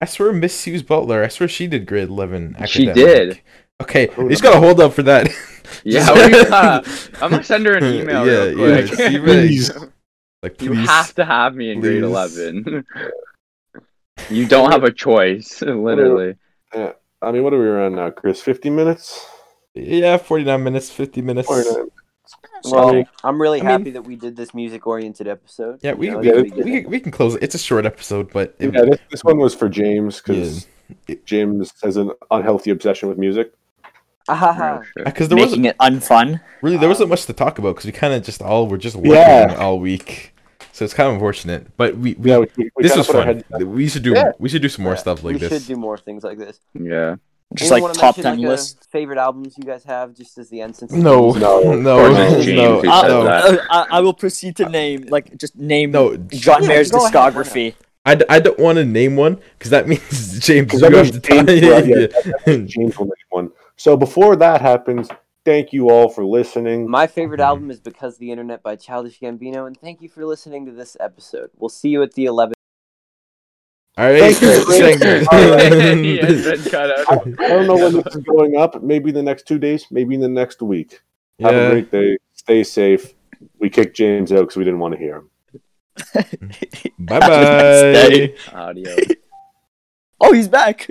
D: I swear, Miss Sue's Butler. I swear she did grade eleven.
E: She
D: academic.
E: did.
D: Okay,
B: Who
D: you just gotta hold up for that.
E: Yeah, we- uh, I'm gonna send her an email.
D: Yeah,
E: real
D: yeah,
E: quick.
D: see, please. like,
E: You
D: please.
E: have to have me in grade
D: Please.
E: 11. you don't have a choice, literally.
B: I mean, what are we around now, Chris? Fifty minutes.
D: Yeah, forty-nine minutes, fifty minutes.
B: Or, uh,
A: Well, I'm really
D: I mean-
A: happy that we did this music-oriented episode.
D: Yeah, we
A: You know,
D: we,
A: it's
D: we,
A: pretty good.
D: can- we can close. it. It's a short episode, but it,
B: yeah, this, this one was for James because James has an unhealthy obsession with music.
A: Ah, ha, ha.
D: because there wasn't
C: Making it unfun.
D: Really, there wasn't much to talk about because we kind of just all were just working
B: Yeah.
D: all week, so it's kind of unfortunate. But we, we
B: Yeah, we, we, we
D: this
B: kinda
D: was
B: put our
D: fun.
B: head-
D: We should do
B: Yeah.
D: we should do some more stuff like
A: we
D: this.
A: should do more things like this.
E: Yeah.
A: Anyone
C: Just like
A: wanna
C: top ten
A: mention, like, a
C: list.
A: favorite albums you guys have, just as the end. Since
D: No,
B: No.
D: no, no,
E: Or just James,
D: no,
E: who
C: Uh,
E: said
D: no.
E: that.
C: uh, I, I will proceed to name like just name
D: No,
C: John
A: Yeah,
C: Mayer's
A: go ahead, why not?
C: discography.
D: I, d- I don't want to name one because that means James.
B: 'Cause
D: You
B: that
D: have
B: means
D: to
B: James
D: tie
B: Brown, yeah,
D: it. in.
B: James will make one. So before that happens, thank you all for listening.
A: My favorite
D: Mhm.
A: album is Because of the Internet by Childish Gambino, and thank you for listening to this episode. We'll see you at the 11th.
D: All right.
B: Thank you.
E: He has
D: thank
E: been cut out.
B: I don't know when this is going up. Maybe in the next two days. Maybe in the next week. Have a
D: yeah.
B: great day. Stay safe. We kicked James out because we didn't want to hear him.
D: Bye
C: Have a nice
D: bye.
C: day.
E: Audio.
C: Oh, he's back.